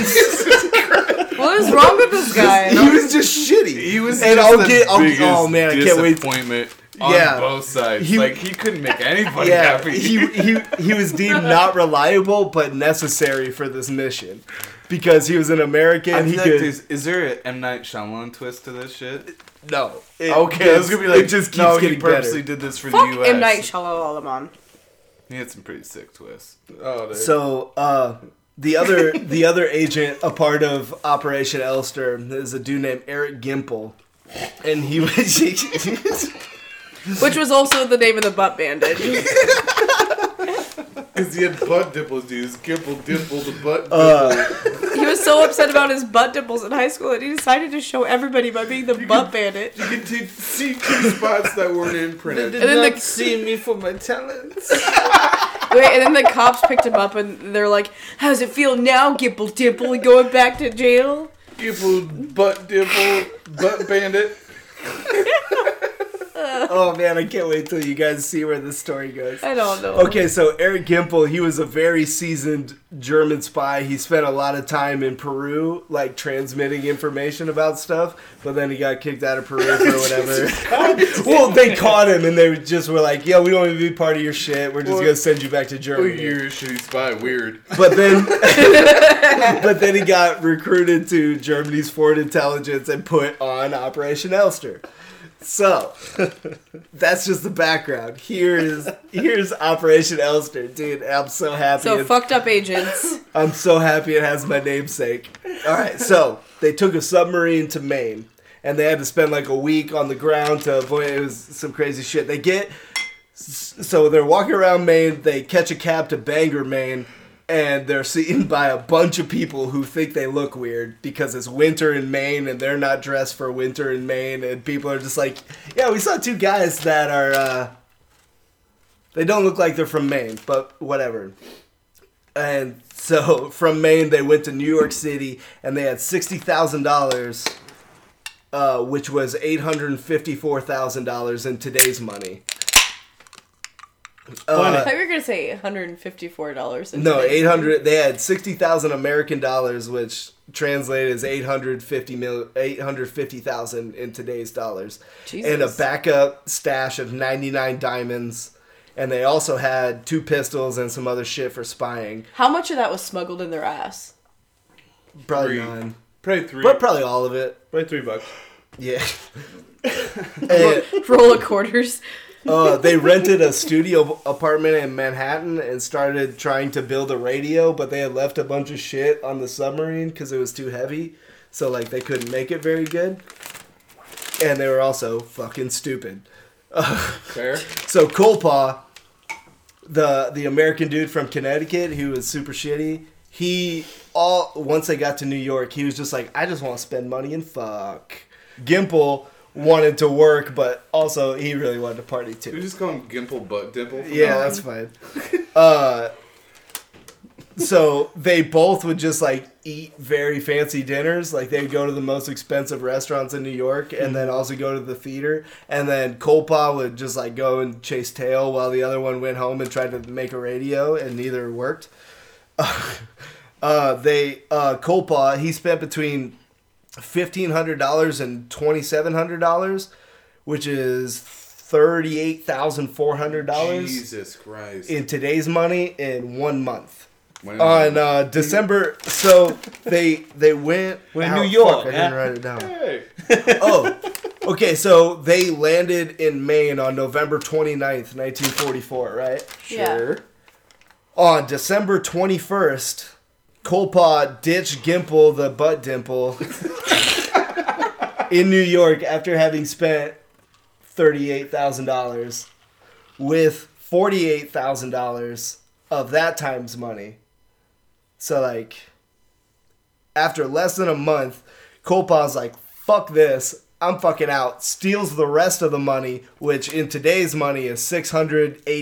[SPEAKER 8] What is wrong with this
[SPEAKER 9] he
[SPEAKER 8] guy?
[SPEAKER 9] was just shitty.
[SPEAKER 10] he was.
[SPEAKER 9] and
[SPEAKER 10] just
[SPEAKER 9] I'll
[SPEAKER 10] the
[SPEAKER 9] get I'll,
[SPEAKER 10] biggest
[SPEAKER 9] oh man, I can't wait.
[SPEAKER 10] Disappointment on
[SPEAKER 9] Yeah.
[SPEAKER 10] both sides.
[SPEAKER 9] He-
[SPEAKER 10] like he couldn't make anybody
[SPEAKER 9] Yeah,
[SPEAKER 10] happy.
[SPEAKER 9] he, he he was deemed not reliable but necessary for this mission because he was an American.
[SPEAKER 10] I
[SPEAKER 9] he
[SPEAKER 10] feel like
[SPEAKER 9] could
[SPEAKER 10] there's- is there an M Night Shyamalan twist to this shit?
[SPEAKER 9] no. It-
[SPEAKER 10] Okay, I was gonna be like,
[SPEAKER 9] it just keeps
[SPEAKER 10] no, he
[SPEAKER 9] getting
[SPEAKER 10] purposely
[SPEAKER 9] better.
[SPEAKER 10] did this for the
[SPEAKER 8] Fuck
[SPEAKER 10] U.S.
[SPEAKER 8] M. Night Shyamalan.
[SPEAKER 10] He had some pretty sick twists. Oh, dude.
[SPEAKER 9] So uh, the other the other agent, a part of Operation Elster, is a dude named Eric Gimple, and he was.
[SPEAKER 8] Which was also the name of the butt bandit.
[SPEAKER 9] Uh,
[SPEAKER 10] because he had butt dimples, dude. His dimple dimple the butt.
[SPEAKER 8] He was so upset about his butt dimples in high school that he decided to show everybody by being the butt bandit.
[SPEAKER 10] You can t- see two spots that weren't imprinted.
[SPEAKER 8] And then the-
[SPEAKER 9] see me for my talents.
[SPEAKER 8] Wait, and then the cops picked him up and they're like, "How's it feel now, Gimple Dimple? Going back to jail?"
[SPEAKER 10] People butt dimple, butt bandit.
[SPEAKER 9] Oh man, I can't wait till you guys see where this story goes.
[SPEAKER 8] I don't know.
[SPEAKER 9] Okay, so Eric Gimpel, he was a very seasoned German spy. He spent a lot of time in Peru, like transmitting information about stuff, but then he got kicked out of Peru for whatever. well, they caught him and they just were like, yo, we don't want to be part of your shit. We're just
[SPEAKER 10] Well-
[SPEAKER 9] going to send you back to
[SPEAKER 10] Oh,
[SPEAKER 9] Germany.
[SPEAKER 10] you're a shitty spy. Weird.
[SPEAKER 9] But then, but then he got recruited to Germany's foreign intelligence and put on Operation Elster. So that's just the background. Here is here's Operation Elster, dude. I'm so happy.
[SPEAKER 8] So
[SPEAKER 9] it-
[SPEAKER 8] fucked up agents.
[SPEAKER 9] I'm so happy it has my namesake. All right, so they took a submarine to Maine, and they had to spend like a week on the ground to avoid. It was some crazy shit. They get so they're walking around Maine. They catch a cab to Bangor, Maine, and they're seen by a bunch of people who think they look weird because it's winter in Maine and they're not dressed for winter in Maine. And people are just like, "Yeah, we saw two guys that are." Uh, they don't look like they're from Maine, but whatever. And so from Maine, they went to New York City and they had $60,000, uh, which was $854,000 in today's money. Uh,
[SPEAKER 8] I thought you were gonna say one hundred and fifty-four dollars.
[SPEAKER 9] No, 800 they had 60,000 American dollars which translated as 850 mil 850,000 in today's dollars. And a
[SPEAKER 8] Jesus.
[SPEAKER 9] backup stash of 99 diamonds and they also had two pistols and some other shit for spying.
[SPEAKER 8] How much of that was smuggled in their ass?
[SPEAKER 9] Probably
[SPEAKER 10] Three.
[SPEAKER 9] none.
[SPEAKER 10] Probably three.
[SPEAKER 9] But probably all of it.
[SPEAKER 7] Probably three bucks.
[SPEAKER 9] Yeah. And,
[SPEAKER 8] Roll of quarters.
[SPEAKER 9] uh, they rented a studio apartment in Manhattan and started trying to build a radio, but they had left a bunch of shit on the submarine because it was too heavy. So, like, they couldn't make it very good. And they were also fucking stupid.
[SPEAKER 10] Fair.
[SPEAKER 9] So, Colpaw, the, the American dude from Connecticut who was super shitty, he all once they got to New York, he was just like, I just want to spend money and fuck. Gimple wanted to work, but also he really wanted to party too.
[SPEAKER 10] We just call him Gimple Butt Dimple. from
[SPEAKER 9] Yeah,
[SPEAKER 10] now on?
[SPEAKER 9] that's fine. Uh, so they both would just like eat very fancy dinners. Like they'd go to the most expensive restaurants in New York, and then also go to the theater. And then Kolpa would just like go and chase tail, while the other one went home and tried to make a radio, and neither worked. Uh, they uh, Kolpa he spent between fifteen hundred dollars and twenty seven hundred dollars, which is thirty eight thousand four hundred dollars
[SPEAKER 10] Jesus Christ.
[SPEAKER 9] in today's money in one month.
[SPEAKER 10] When-
[SPEAKER 9] On
[SPEAKER 7] Mm-hmm.
[SPEAKER 9] uh, December, so they they went.
[SPEAKER 7] Went
[SPEAKER 9] out-
[SPEAKER 7] New York,
[SPEAKER 9] fuck, I
[SPEAKER 7] huh?
[SPEAKER 9] didn't write it down.
[SPEAKER 10] Hey.
[SPEAKER 9] Oh, okay. So they landed in Maine on November 29th, 1944. Right
[SPEAKER 8] Yeah.
[SPEAKER 9] on December 21st. Kolpa ditched Gimple the butt dimple in New York after having spent $38,000 with $48,000 of that time's money. So, like, after less than a month, Kolpa's like, fuck this, I'm fucking out. Steals the rest of the money, which in today's money is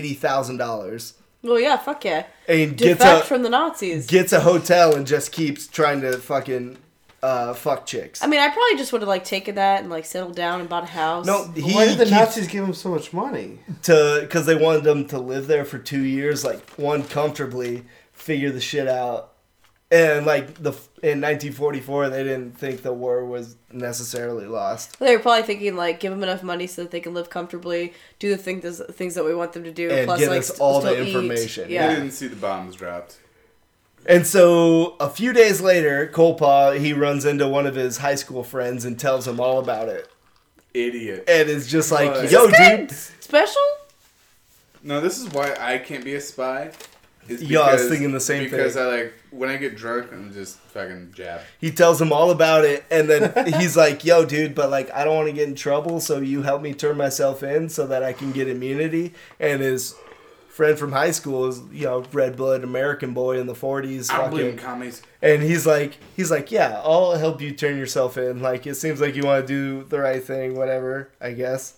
[SPEAKER 9] $680,000.
[SPEAKER 8] Well, yeah. Fuck yeah.
[SPEAKER 9] And gets
[SPEAKER 8] Defect
[SPEAKER 9] a,
[SPEAKER 8] from the Nazis.
[SPEAKER 9] gets a hotel and just keeps trying to fucking uh, fuck chicks.
[SPEAKER 8] I mean, I probably just would have like taken that and like settled down and bought a house.
[SPEAKER 9] no, he
[SPEAKER 3] Why did the
[SPEAKER 9] keeps
[SPEAKER 3] Nazis give him so much money?
[SPEAKER 9] to because they wanted them to live there for two years, like one comfortably, figure the shit out, and like the in 1944 they didn't think the war was necessarily lost.
[SPEAKER 8] They were probably thinking like, give them enough money so that they can live comfortably, do the thing, those things that we want them to do,
[SPEAKER 9] And give
[SPEAKER 8] like
[SPEAKER 9] us
[SPEAKER 8] st-
[SPEAKER 9] all the
[SPEAKER 8] still eat.
[SPEAKER 9] information.
[SPEAKER 10] I
[SPEAKER 8] Yeah.
[SPEAKER 10] didn't see the bombs dropped.
[SPEAKER 9] And so a few days later, Kolpa he runs into one of his high school friends and tells him all about it,
[SPEAKER 10] Idiot.
[SPEAKER 9] and is just like,
[SPEAKER 10] Right.
[SPEAKER 9] "Yo, dude,
[SPEAKER 8] Special.
[SPEAKER 10] No, this is why I can't be a spy. Is
[SPEAKER 9] Yeah, I was thinking the same
[SPEAKER 10] because
[SPEAKER 9] thing.
[SPEAKER 10] I like when I get drunk, I'm just fucking jab.
[SPEAKER 9] he tells him all about it and then he's like yo dude but like i don't want to get in trouble so you help me turn myself in so that i can get immunity and his friend from high school is you know red blooded American boy in the forties,
[SPEAKER 10] I believe in
[SPEAKER 9] fucking,
[SPEAKER 10] commies.
[SPEAKER 9] and he's like he's like yeah, I'll help you turn yourself in. Like it seems like you want to do the right thing, whatever. I guess.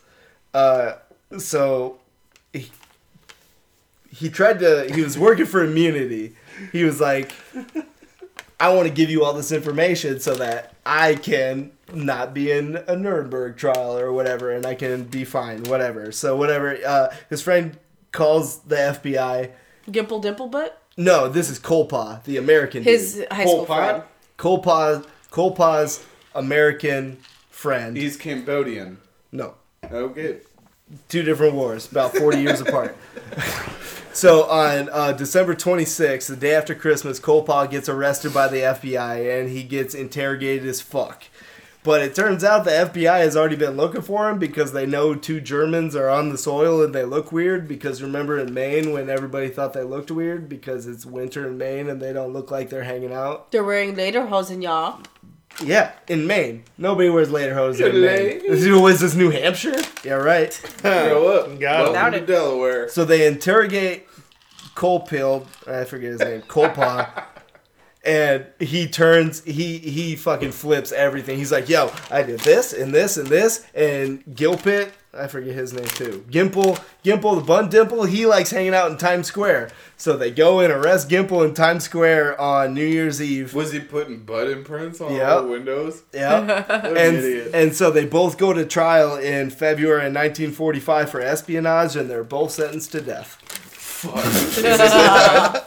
[SPEAKER 9] Uh, so he, he tried to. He was working for immunity. He was like. I want to give you all this information so that I can not be in a Nuremberg trial or whatever, and I can be fine, whatever. So whatever. Uh, his friend calls the FBI.
[SPEAKER 8] Gimple Dimple Butt?
[SPEAKER 9] No, this is Kolpa, the American.
[SPEAKER 8] His
[SPEAKER 9] dude.
[SPEAKER 8] high school friend.
[SPEAKER 9] Kolpa, Kolpa's American friend.
[SPEAKER 10] He's Cambodian.
[SPEAKER 9] no,
[SPEAKER 10] Okay.
[SPEAKER 9] two different wars, about 40 years apart. So on uh, December 26th, the day after Christmas, Kolpa gets arrested by the FBI and he gets interrogated as fuck. But it turns out the FBI has already been looking for him because they know two Germans are on the soil and they look weird. Because remember in Maine when everybody thought they looked weird because it's winter in Maine and they don't look like they're hanging out?
[SPEAKER 2] They're wearing lederhosen, y'all.
[SPEAKER 9] Yeah, in Maine. Nobody wears lederhosen in Maine. Was this New Hampshire? Yeah, right.
[SPEAKER 10] Grow up.
[SPEAKER 7] Got
[SPEAKER 10] Welcome to Delaware.
[SPEAKER 9] So they interrogate Cole Pill. I forget his name. Colpa. and he turns. He he fucking flips everything. He's like, "Yo, I did this and this and this and Gilpit. I forget his name too. Gimple, Gimple the Bun Dimple. He likes hanging out in Times Square. So they go and arrest Gimple in Times Square on New Year's Eve.
[SPEAKER 10] Was he putting butt imprints on
[SPEAKER 9] Yep.
[SPEAKER 10] all the windows?
[SPEAKER 9] Yeah.
[SPEAKER 10] What an
[SPEAKER 9] and
[SPEAKER 10] idiot.
[SPEAKER 9] and so they both go to trial in February in 1945 for espionage, and they're both sentenced to death.
[SPEAKER 10] I'm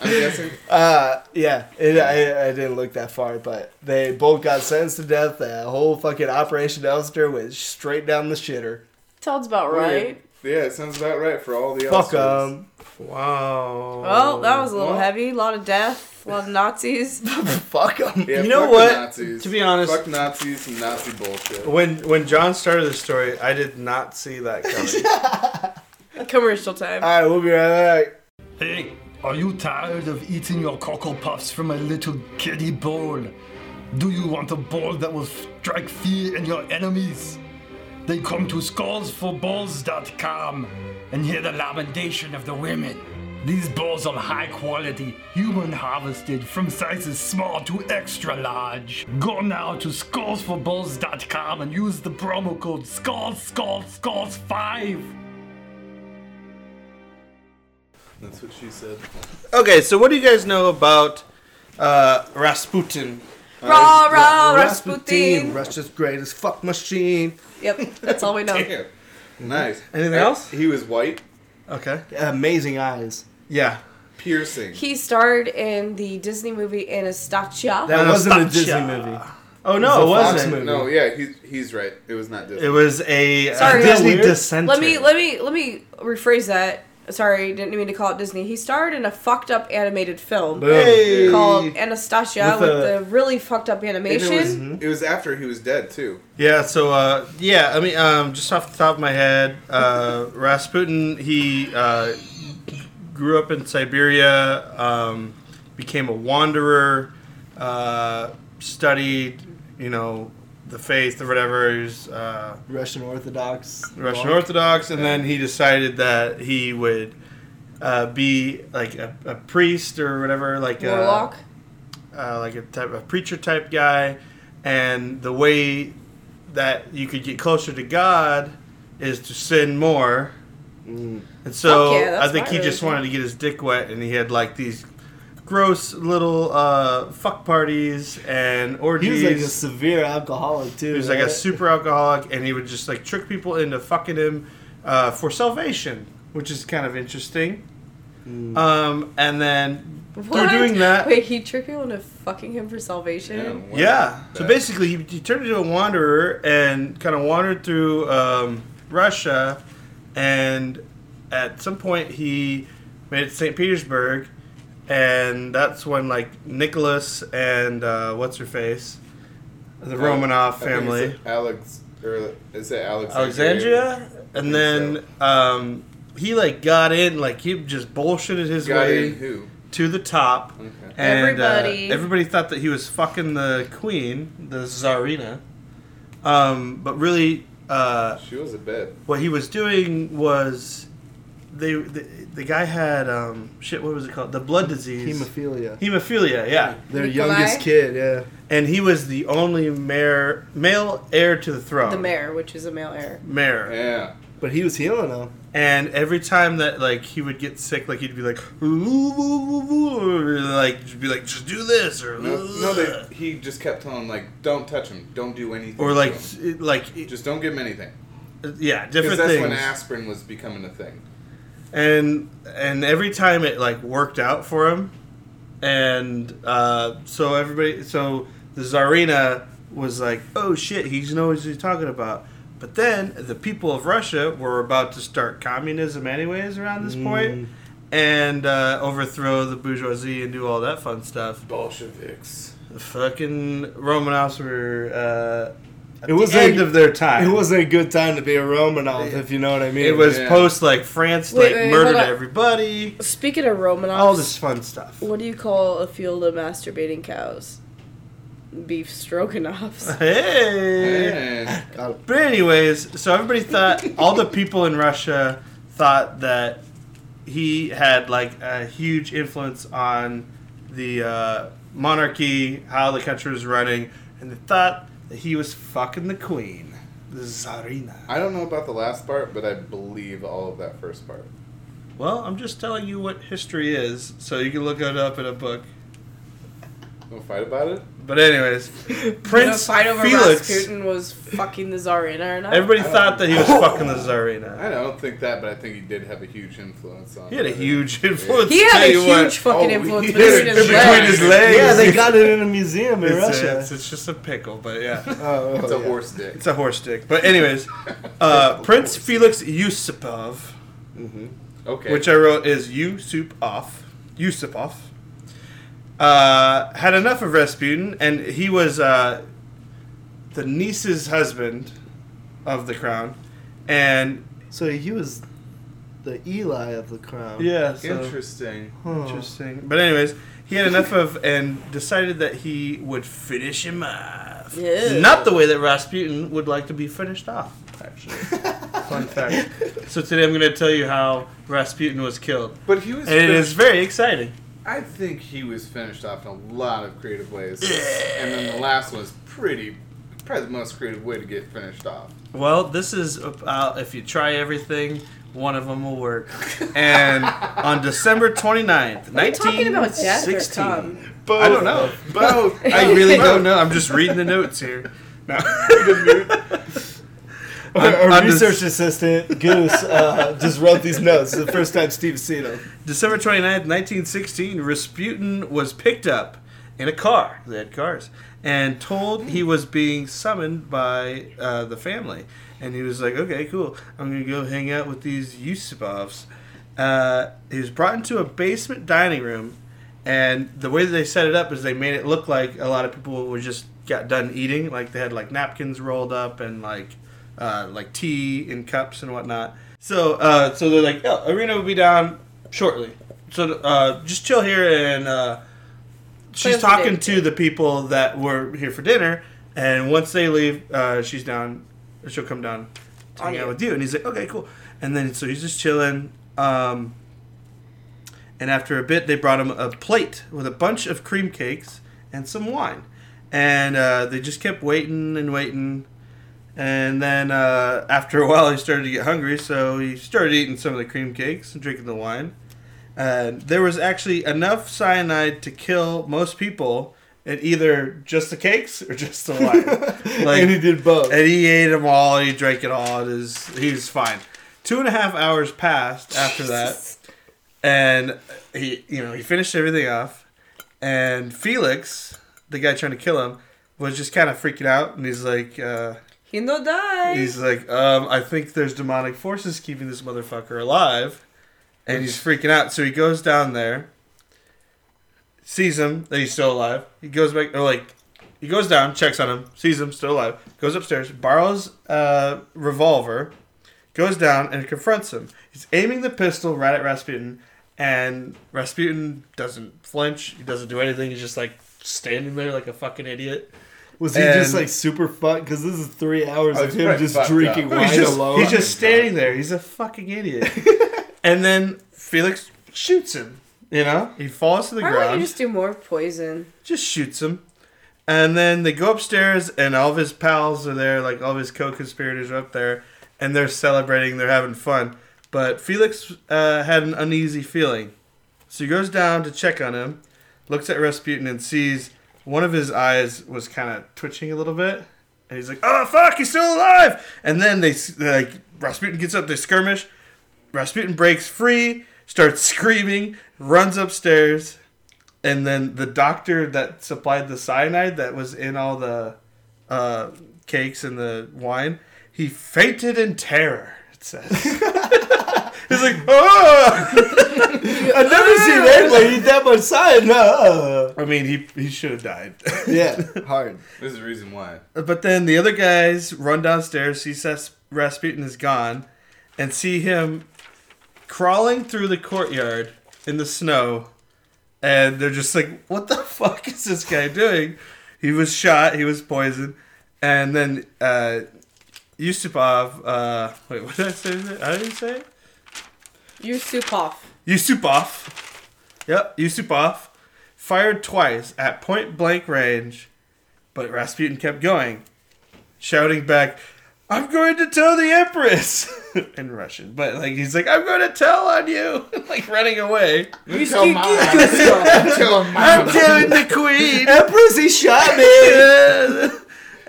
[SPEAKER 10] guessing.
[SPEAKER 9] Uh, yeah, it, I, I didn't look that far, but they both got sentenced to death. The whole fucking Operation Elster went straight down the shitter.
[SPEAKER 8] Sounds about right.
[SPEAKER 10] Yeah, it sounds about right for all the
[SPEAKER 9] Fuck
[SPEAKER 10] Elsters.
[SPEAKER 9] 'em.
[SPEAKER 7] Wow.
[SPEAKER 8] Well,
[SPEAKER 9] Oh,
[SPEAKER 8] that was a little
[SPEAKER 10] Well.
[SPEAKER 8] heavy. A lot of death, a lot of Nazis.
[SPEAKER 9] Fuck 'em.
[SPEAKER 10] Yeah,
[SPEAKER 7] You know
[SPEAKER 10] fuck
[SPEAKER 7] what?
[SPEAKER 10] The Nazis.
[SPEAKER 7] To be honest-
[SPEAKER 10] fuck Nazis and Nazi bullshit.
[SPEAKER 7] When when John started the story, I did not see that coming.
[SPEAKER 8] Commercial time.
[SPEAKER 9] All right, we'll be right back.
[SPEAKER 11] Hey, are you tired of eating your cocoa puffs from a little kiddie bowl? Do you want a ball that will strike fear in your enemies? They come to scoresforballs.com and hear the lamentation of the women. These balls are high quality, human harvested from sizes small to extra large. Go now to scoresforballs.com and use the promo code SCORES, SCORES, SCORES 5
[SPEAKER 10] That's what she said.
[SPEAKER 7] okay, so what do you guys know about uh, Rasputin?
[SPEAKER 8] Raw, raw,
[SPEAKER 9] Rasputin,
[SPEAKER 8] Rasputin.
[SPEAKER 9] Russia's greatest fuck machine.
[SPEAKER 8] Yep, that's all we know.
[SPEAKER 10] Yeah. Nice.
[SPEAKER 7] Anything else?
[SPEAKER 10] He was white,
[SPEAKER 7] Okay.
[SPEAKER 9] Amazing eyes.
[SPEAKER 7] Yeah.
[SPEAKER 10] piercing.
[SPEAKER 8] He starred in the Disney movie Anastasia.
[SPEAKER 9] That wasn't a Disney
[SPEAKER 7] Anastasia.
[SPEAKER 9] movie. Uh,
[SPEAKER 7] Oh no, it
[SPEAKER 9] It's a Fox
[SPEAKER 7] wasn't.
[SPEAKER 9] movie.
[SPEAKER 10] No, yeah, he's he's right. It was not
[SPEAKER 7] It
[SPEAKER 10] Disney.
[SPEAKER 7] was a uh,
[SPEAKER 8] Sorry, that's
[SPEAKER 7] Disney
[SPEAKER 9] weird.
[SPEAKER 7] dissenter.
[SPEAKER 8] let me let me let me rephrase that. Sorry, didn't mean to call it Disney. He starred in a fucked up animated film
[SPEAKER 9] Boom.
[SPEAKER 7] Hey.
[SPEAKER 8] called Anastasia
[SPEAKER 9] With
[SPEAKER 8] with,
[SPEAKER 9] a-
[SPEAKER 8] the really fucked up
[SPEAKER 10] And it was,
[SPEAKER 8] animation.
[SPEAKER 10] it was after he was dead too.
[SPEAKER 7] Yeah, so uh, yeah, I mean, um, just off the top of my head, uh, Rasputin he uh, grew up in Siberia, um, became a wanderer, uh, studied, you know, the faith or whatever. He was uh,
[SPEAKER 9] Russian Orthodox.
[SPEAKER 7] Russian Orthodox, and then he decided that he would uh, be like a, a priest or whatever, like a-
[SPEAKER 8] Warlock.
[SPEAKER 7] uh, like a type a preacher type guy, and the way that you could get closer to God is to sin more.
[SPEAKER 9] Mm.
[SPEAKER 7] And so
[SPEAKER 8] Fuck yeah, that's
[SPEAKER 7] I think
[SPEAKER 8] my
[SPEAKER 7] he just
[SPEAKER 8] religion.
[SPEAKER 7] wanted to get his dick wet, and he had like these gross little uh, fuck parties and
[SPEAKER 9] He was
[SPEAKER 7] orgies.
[SPEAKER 9] like a severe alcoholic too.
[SPEAKER 7] He was like a
[SPEAKER 9] right?
[SPEAKER 7] super alcoholic, and he would just like trick people into fucking him uh, for salvation, which is kind of interesting.
[SPEAKER 9] Mm.
[SPEAKER 7] Um, and then
[SPEAKER 8] What?
[SPEAKER 7] through doing that,
[SPEAKER 8] Wait, he tricked people into fucking him for salvation.
[SPEAKER 10] And what-
[SPEAKER 7] Yeah. So
[SPEAKER 10] that-
[SPEAKER 7] basically, he, he turned into a wanderer and kind of wandered through um, Russia, and at some point he made it to St. Petersburg, and that's when like Nicholas and uh, what's her face, the Romanov
[SPEAKER 10] Oh, I think
[SPEAKER 7] family,
[SPEAKER 10] it's Alex, or is it Alexandria?
[SPEAKER 7] Alexandria, and
[SPEAKER 10] think
[SPEAKER 7] then um, he like got in like he just bullshitted his
[SPEAKER 10] Guy
[SPEAKER 7] way
[SPEAKER 10] in who?
[SPEAKER 7] to the top.
[SPEAKER 10] Okay.
[SPEAKER 7] And, uh,
[SPEAKER 8] Everybody.
[SPEAKER 7] everybody thought that he was fucking the queen, the czarina. Um, but really, uh,
[SPEAKER 10] She was a bed.
[SPEAKER 7] what he was doing was they the, the guy had um shit. What was it called? The blood disease.
[SPEAKER 9] Hemophilia.
[SPEAKER 7] Hemophilia. Yeah.
[SPEAKER 9] Their
[SPEAKER 8] Nikolai?
[SPEAKER 9] youngest kid, yeah.
[SPEAKER 7] And he was the only mayor, male heir to the throne.
[SPEAKER 8] The mayor, which is a male heir.
[SPEAKER 7] Mayor.
[SPEAKER 10] Yeah.
[SPEAKER 9] But he was healing them.
[SPEAKER 7] And every time that like he would get sick, like he'd be like, like just be like, just do this or
[SPEAKER 10] No, no they, he just kept telling him, like, don't touch him, don't do anything.
[SPEAKER 7] or
[SPEAKER 10] to
[SPEAKER 7] like
[SPEAKER 10] him.
[SPEAKER 7] it- like it- uh,
[SPEAKER 10] just don't give him anything.
[SPEAKER 7] yeah,
[SPEAKER 10] Because
[SPEAKER 7] different
[SPEAKER 10] that's
[SPEAKER 7] things.
[SPEAKER 10] when aspirin was becoming a thing.
[SPEAKER 7] and and every time it like worked out for him, and uh, so everybody, so the czarina was like, oh shit, he knows what he's talking about. But then the people of Russia were about to start communism anyways around this point, and uh, overthrow the bourgeoisie and do all that fun stuff.
[SPEAKER 10] Bolsheviks.
[SPEAKER 7] The fucking Romanovs were uh, at
[SPEAKER 9] It was
[SPEAKER 7] the
[SPEAKER 9] a-
[SPEAKER 7] end of their time.
[SPEAKER 9] It wasn't a good time to be a Romanov, if you know what I mean.
[SPEAKER 7] It was
[SPEAKER 10] Yeah.
[SPEAKER 7] post like France
[SPEAKER 8] Wait,
[SPEAKER 7] like
[SPEAKER 8] wait, hold
[SPEAKER 7] murdered
[SPEAKER 8] on.
[SPEAKER 7] everybody.
[SPEAKER 8] Speaking of Romanovs,
[SPEAKER 7] All this fun stuff.
[SPEAKER 8] what do you call a field of masturbating cows? Beef stroganoffs.
[SPEAKER 7] Hey.
[SPEAKER 10] And
[SPEAKER 7] But anyways, so everybody thought all the people in Russia thought that he had like a huge influence on the uh, monarchy, how the country was running, and they thought that he was fucking the queen, the Tsarina.
[SPEAKER 10] I don't know about the last part, but I believe all of that first part.
[SPEAKER 7] Well, I'm just telling you what history is, so you can look it up in a book.
[SPEAKER 10] We'll fight about it.
[SPEAKER 7] But anyways,
[SPEAKER 8] Gonna
[SPEAKER 7] Prince
[SPEAKER 8] fight over
[SPEAKER 7] Felix.
[SPEAKER 8] Rasputin was fucking the czarina or not?
[SPEAKER 7] Everybody thought that he was fucking the Tsarina.
[SPEAKER 10] I don't think that, but I think he did have a huge influence on.
[SPEAKER 7] He had a
[SPEAKER 10] it.
[SPEAKER 7] huge influence.
[SPEAKER 8] he had
[SPEAKER 7] tell
[SPEAKER 8] a
[SPEAKER 7] you
[SPEAKER 8] huge
[SPEAKER 7] what.
[SPEAKER 8] fucking
[SPEAKER 10] Oh,
[SPEAKER 8] influence
[SPEAKER 10] he
[SPEAKER 8] between
[SPEAKER 10] did.
[SPEAKER 8] his
[SPEAKER 10] Between
[SPEAKER 8] legs.
[SPEAKER 7] his legs.
[SPEAKER 9] yeah, they got it in a museum in
[SPEAKER 7] It's, a-
[SPEAKER 9] Russia.
[SPEAKER 7] it's, it's just a pickle, but yeah,
[SPEAKER 9] oh,
[SPEAKER 10] It's
[SPEAKER 9] oh,
[SPEAKER 10] a
[SPEAKER 9] yeah.
[SPEAKER 10] horse dick.
[SPEAKER 7] it's a horse dick. But anyways, uh, Prince Felix Yusupov,
[SPEAKER 10] Okay.
[SPEAKER 7] which I wrote is Yusupov, Yusupov, uh, had enough of Rasputin, and he was uh, the niece's husband of the crown, and
[SPEAKER 9] So he was the Eli of the crown.
[SPEAKER 7] yeah, so-
[SPEAKER 10] interesting.
[SPEAKER 8] Hmm.
[SPEAKER 9] Huh.
[SPEAKER 7] Interesting. But anyways, he had enough of and decided that he would finish him off.
[SPEAKER 8] Yeah.
[SPEAKER 7] Not the way that Rasputin would like to be finished off, actually. Fun fact. So today I'm going to tell you how Rasputin was killed.
[SPEAKER 10] But he was.
[SPEAKER 7] And it
[SPEAKER 10] fin-
[SPEAKER 7] is very exciting.
[SPEAKER 10] I think he was finished off in a lot of creative ways, and then the last one's pretty, probably the most creative way to get finished off.
[SPEAKER 7] Well, this is about if you try everything, one of them will work. And on December 29th,
[SPEAKER 8] Are you talking about Jack or
[SPEAKER 7] 1916.
[SPEAKER 8] Tom?
[SPEAKER 7] I don't know.
[SPEAKER 10] Both.
[SPEAKER 7] I really don't know. I'm just reading the notes here. No.
[SPEAKER 9] Our, our
[SPEAKER 7] I'm just-
[SPEAKER 9] research assistant, Goose, uh, just wrote these notes. The first time Steve's seen them.
[SPEAKER 7] December 29th, 1916, Rasputin was picked up in a car. They had cars. And told he was being summoned by uh, the family. And he was like, okay, cool. I'm going to go hang out with these Yusupovs. Uh, he was brought into a basement dining room. And the way that they set it up is they made it look like a lot of people were just got done eating. Like they had like napkins rolled up and like uh, like tea in cups and whatnot. So uh, so they're like, oh, Arena will be down shortly. So uh, just chill here and uh,
[SPEAKER 8] Plans
[SPEAKER 7] she's
[SPEAKER 8] for
[SPEAKER 7] talking
[SPEAKER 8] dinner.
[SPEAKER 7] to the people that were here for dinner. And once they leave, uh, she's down. She'll come down to hang
[SPEAKER 8] On
[SPEAKER 7] out
[SPEAKER 8] you.
[SPEAKER 7] with you. And he's like, okay, cool. And then so he's just chilling. Um, and after a bit, they brought him a plate with a bunch of cream cakes and some wine. And uh, they just kept waiting and waiting. And then uh, after a while, he started to get hungry, so he started eating some of the cream cakes and drinking the wine. And there was actually enough cyanide to kill most people in either just the cakes or just the wine. Like-
[SPEAKER 9] and he did both.
[SPEAKER 7] and he ate them all. And he drank it all. And is he was fine. Two and a half hours passed after that, and he, you know, he finished everything off. And Felix, the guy trying to kill him, was just kind of freaking out, and he's like, uh,
[SPEAKER 8] He no die.
[SPEAKER 7] he's like, um, I think there's demonic forces keeping this motherfucker alive, and he's freaking out. So he goes down there, sees him that he's still alive. He goes back, or like, he goes down, checks on him, sees him still alive. Goes upstairs, borrows a revolver, goes down and confronts him. He's aiming the pistol right at Rasputin, and Rasputin doesn't flinch. He doesn't do anything. He's just like standing there like a fucking idiot.
[SPEAKER 9] Was he just
[SPEAKER 7] and-
[SPEAKER 9] like super fucked? Because this is three hours
[SPEAKER 10] Oh,
[SPEAKER 9] of
[SPEAKER 10] he's
[SPEAKER 9] him
[SPEAKER 10] pretty
[SPEAKER 9] just
[SPEAKER 10] fucked
[SPEAKER 9] drinking
[SPEAKER 10] up.
[SPEAKER 9] wine
[SPEAKER 7] he's just,
[SPEAKER 9] alone.
[SPEAKER 7] he's just standing there. He's a fucking idiot. And then Felix
[SPEAKER 3] shoots him.
[SPEAKER 7] You know, he falls to the
[SPEAKER 2] Why
[SPEAKER 7] ground.
[SPEAKER 2] don't you just do more poison?
[SPEAKER 7] just shoots him. And then they go upstairs, and all of his pals are there, like all of his co conspirators are up there, and they're celebrating, they're having fun. But Felix uh, had an uneasy feeling. So he goes down to check on him, looks at Rasputin, and sees one of his eyes was kind of twitching a little bit. And he's like, oh, fuck, he's still alive! And then they, s- they're like, Rasputin gets up, they skirmish. Rasputin breaks free, starts screaming, runs upstairs, and then the doctor that supplied the cyanide that was in all the uh, cakes and the wine, he fainted in terror. It says he's like, oh!
[SPEAKER 9] I've never seen anybody eat that much cyanide.
[SPEAKER 7] I mean, he he should have died.
[SPEAKER 9] Yeah, hard.
[SPEAKER 10] There's a reason why.
[SPEAKER 7] Uh, But then the other guys run downstairs, see Sas- Rasputin is gone, and see him crawling through the courtyard in the snow. And they're just like, what the fuck is this guy doing? He was shot, he was poisoned. And then uh, Yusupov, uh, wait, what did I say? his name? How did he say it?
[SPEAKER 2] You soup off.
[SPEAKER 7] Yusupov. Yep, Yusupov fired twice at point blank range, but Rasputin kept going, shouting back, "I'm going to tell the Empress" in Russian. But like he's like, "I'm going to tell on you," like running away.
[SPEAKER 10] You tell mom. tell
[SPEAKER 7] I'm telling the queen.
[SPEAKER 9] Empress, he shot me.